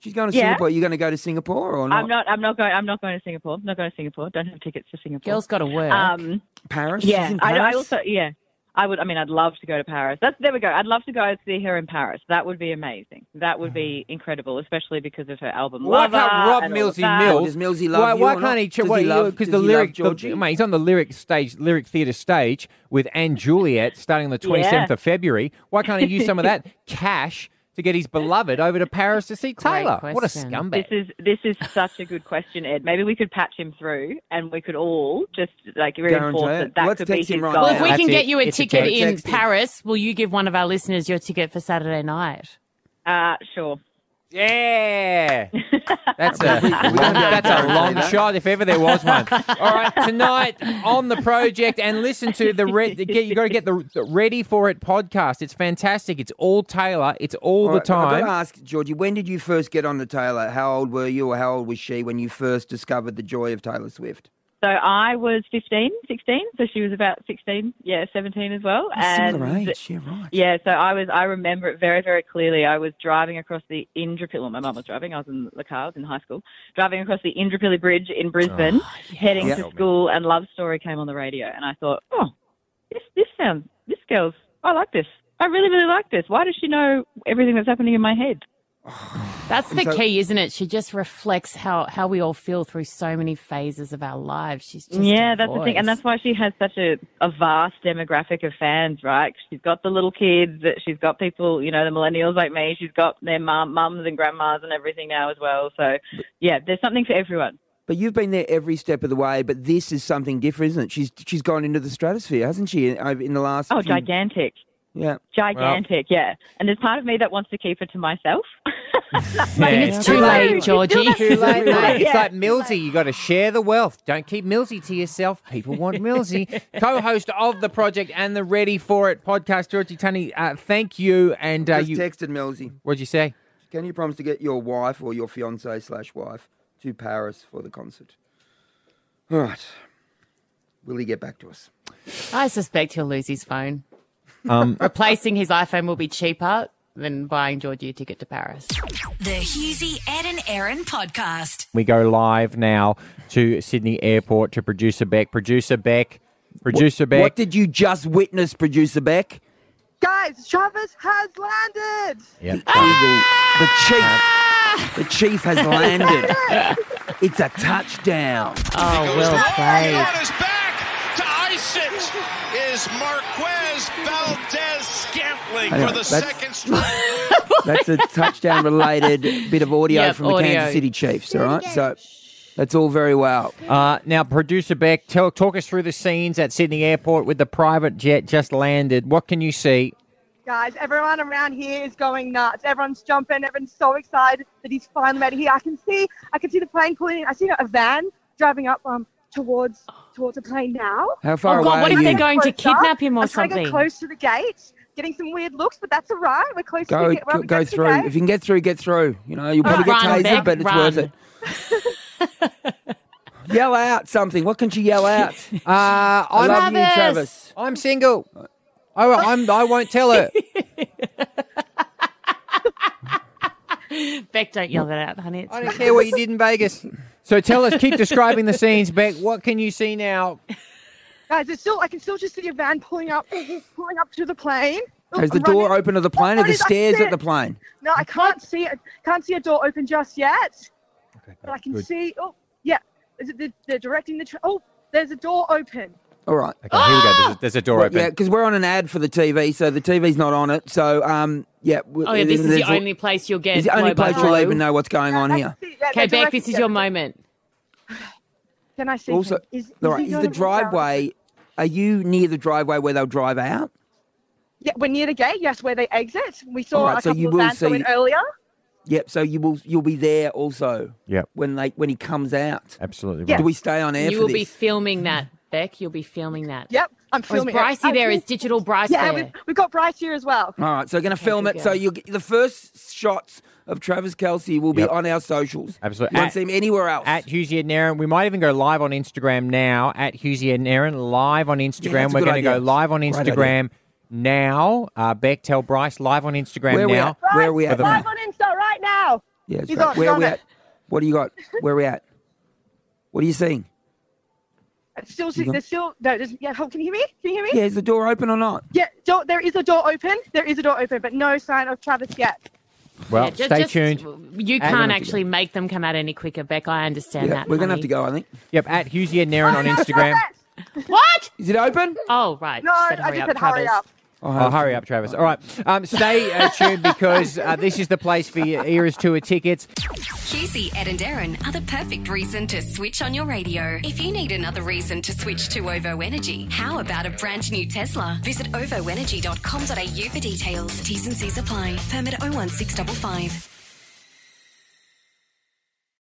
She's going to Yeah. Singapore. Are you going to go to Singapore or not? I'm not. I'm not going. I'm not going to Singapore. I'm not going to Singapore. Don't have tickets to Singapore. Girl's gotta work. Um, Paris. yeah. She's in I, I Paris? also. Yeah. I would. I mean, I'd love to go to Paris. That's there we go. I'd love to go see her in Paris. That would be amazing. That would be Mm. incredible, especially because of her album. Why Lover can't Rob and all of Millsy that. Mills? why, why can't he? ch- why- Because the lyric, the- Georgie? mate, he's on the lyric stage, lyric theatre stage with Anne Juliet starting on the twenty seventh Yeah. of February. Why can't he use some of that cash to get his beloved over to Paris to see Taylor? What a scumbag. This is this is such a good question, Ed. Maybe we could patch him through, and we could all just like reinforce Guarantee that it. that Let's could be text his him right goal. now. Well, if we That's can it. get you a It's a ticket text. in Text it. Paris, will you give one of our listeners your ticket for Saturday night? Uh, sure. [laughs] Yeah. [laughs] That's a, Long that's a guarantee, long though. shot if ever there was [laughs] one. All right, tonight on the project and listen to the [laughs] re- get you got to get the, the Ready for It podcast. It's fantastic. It's all Taylor. It's all, the I've got time. to ask, Georgie, when did you first get on to Taylor? How old were you or how old was she when you first discovered the joy of Taylor Swift? So I was 15, 16. So she was about 16, yeah, 17 as well. and Um, Similar age, yeah, right. Yeah, so I was. I remember it very, very clearly. I was driving across the Indrapilli. Well, my mum was driving. I was in the car. I was in high school, driving across the Indrapilli Bridge in Brisbane, Ah, heading Yeah. to school, and Love Story came on the radio, and I thought, oh, this this sounds. This girl's. I like this. I really, really like this. Why does she know everything that's happening in my head? That's the So- key, isn't it? She just reflects how, how we all feel through so many phases of our lives. She's just yeah, a that's the thing, and voice. that's why she has such a, a vast demographic of fans, right? She's got the little kids, that she's got people, you know, the millennials like me. She's got their mum, mums and grandmas and everything now as well. So, yeah, there's something for everyone. But you've been there every step of the way, but this is something different, isn't it? She's she's gone into the stratosphere, hasn't she? In in the last Oh, few- gigantic, Yeah. gigantic, yeah. And there's part of me that wants to keep it [laughs] to myself. it's too late, Georgie. Too [laughs] late, mate. It's Yeah. like Millsy. You got to share the wealth. Don't keep Millsy to yourself. People [laughs] want Millsy. Co-host of the project and the Ready for It podcast, Georgie Tunney. Uh, thank you. And uh, Just you texted Millsy. What'd you say? Can you promise to get your wife or your fiance slash wife to Paris for the concert? All right. Will he get back to us? I suspect he'll lose his phone. Um, [laughs] Replacing his iPhone will be cheaper than buying Georgie a ticket to Paris. The Husey, Ed and Aaron podcast. We go live now to Sydney Airport to producer Beck. Producer Beck. Producer Beck. What did you just witness, producer Beck? [laughs] Guys, Travis has landed. The eagle, the chief, the chief has landed. it's a touchdown. Oh, well played. is back to ice it is Marquez Valdez Scantling Hang for on, the that's- second straight. [laughs] That's a touchdown related bit of audio Yep, from the audio. Kansas City Chiefs, all right? So that's all very well. Uh, now, producer Beck, tell, talk us through the scenes at Sydney Airport with the private jet just landed. What can you see? Guys, everyone around here is going nuts. Everyone's jumping. Everyone's so excited that he's finally made it here. I can see, I can see the plane pulling. in. I see a van driving up um towards towards the plane now. How far Oh, God, away what are if they're you? going to Close up. kidnap him or I'm trying to something? get close to the gate, getting some weird looks, but that's all right. We're close to Go the gate. We're go, up against the through. gate. If you can get through, get through. You know, you'll All probably right. get tasered, Run, Beck, but it's worth run. it. [laughs] yell out something. What can she yell out? Uh, I, love you, Travis. Oh, I'm single. I, I'm, I won't tell her. [laughs] Beck, don't yell that out, honey. It's I don't [laughs] care what you did in Vegas. So tell us, keep describing the scenes, Beck. What can you see now? Guys, it's still I can still just see a van pulling up, pulling up to the plane. Has the I'm running. door open of the plane or What the is- I stairs see at the it. plane? No, I can't see it. Can't see a door open just yet. but I can good. see. Oh, yeah. Is it the, they're directing the. Tra- oh, there's a door open. All right. Okay, here we go. There's a, there's a door Well, open. Yeah, because we're on an ad for the TV, so the TV's not on it. So, um, yeah. w- Oh, yeah, this is there's the a- only place you'll get. It's the only blow by place you'll blow. even know what's going on here. Okay, Beck, this is your moment. Can I see? Also, please? is, all right, he is gonna the be down? driveway? Are you near the driveway where they'll drive out? Yeah, we're near the gate. Yes, where they exit. We saw All right, a so couple you of will vans go in see- earlier. Yep. So you will you'll be there also. Yep. When they when he comes out. Absolutely. Do we stay on air You for will this? be filming that, Beck. You'll be filming that. Yep, I'm Or is filming. it. Brycey Oh, there? we- Is digital Bryce Yeah, there? we've, we've got Bryce here as well. all right, so we're going to film good it. So girl. you will the first shots of Travis Kelsey will be Yep. on our socials. Absolutely. You won't At- see him anywhere else. At Husey and Aaron. We might even go live on Instagram now at Husey and Aaron. Live on Instagram. that's a We're good going to go idea. live on Great Instagram now. Uh, Beck, tell Bryce, live on Instagram Where we now. at? Where are we For at? the- Live on Insta right now. yeah, it's He's great. on, Where he's are we on it. at? What do you got? Where are we at? What are you seeing? I Still, You see, got- there's still no. There's, yeah, hold- can you hear me? Can you hear me? Yeah, is the door open or not? Yeah, door, there is a door open. There is a door open, but no sign of Travis yet. Well, Yeah, ju- stay just- tuned. You We're gonna can't have to actually make them come out any quicker, Beck. I understand Yeah, that. we're gonna have honey. to go, I think. Yep, at [laughs] Husey and Naren on Instagram. What? Is it open? Oh, right. No, She I said, just "Hurry up, said hurry Travis." up. Oh, hurry up, Travis. All right. Um, stay uh, tuned because uh, this is the place for your Eras Tour tickets. Husey, Ed, and Aaron are the perfect reason to switch on your radio. If you need another reason to switch to OVO Energy, how about a brand new Tesla? oh Visit ovoenergy.com.au for details. T's and C's apply. Permit 01655.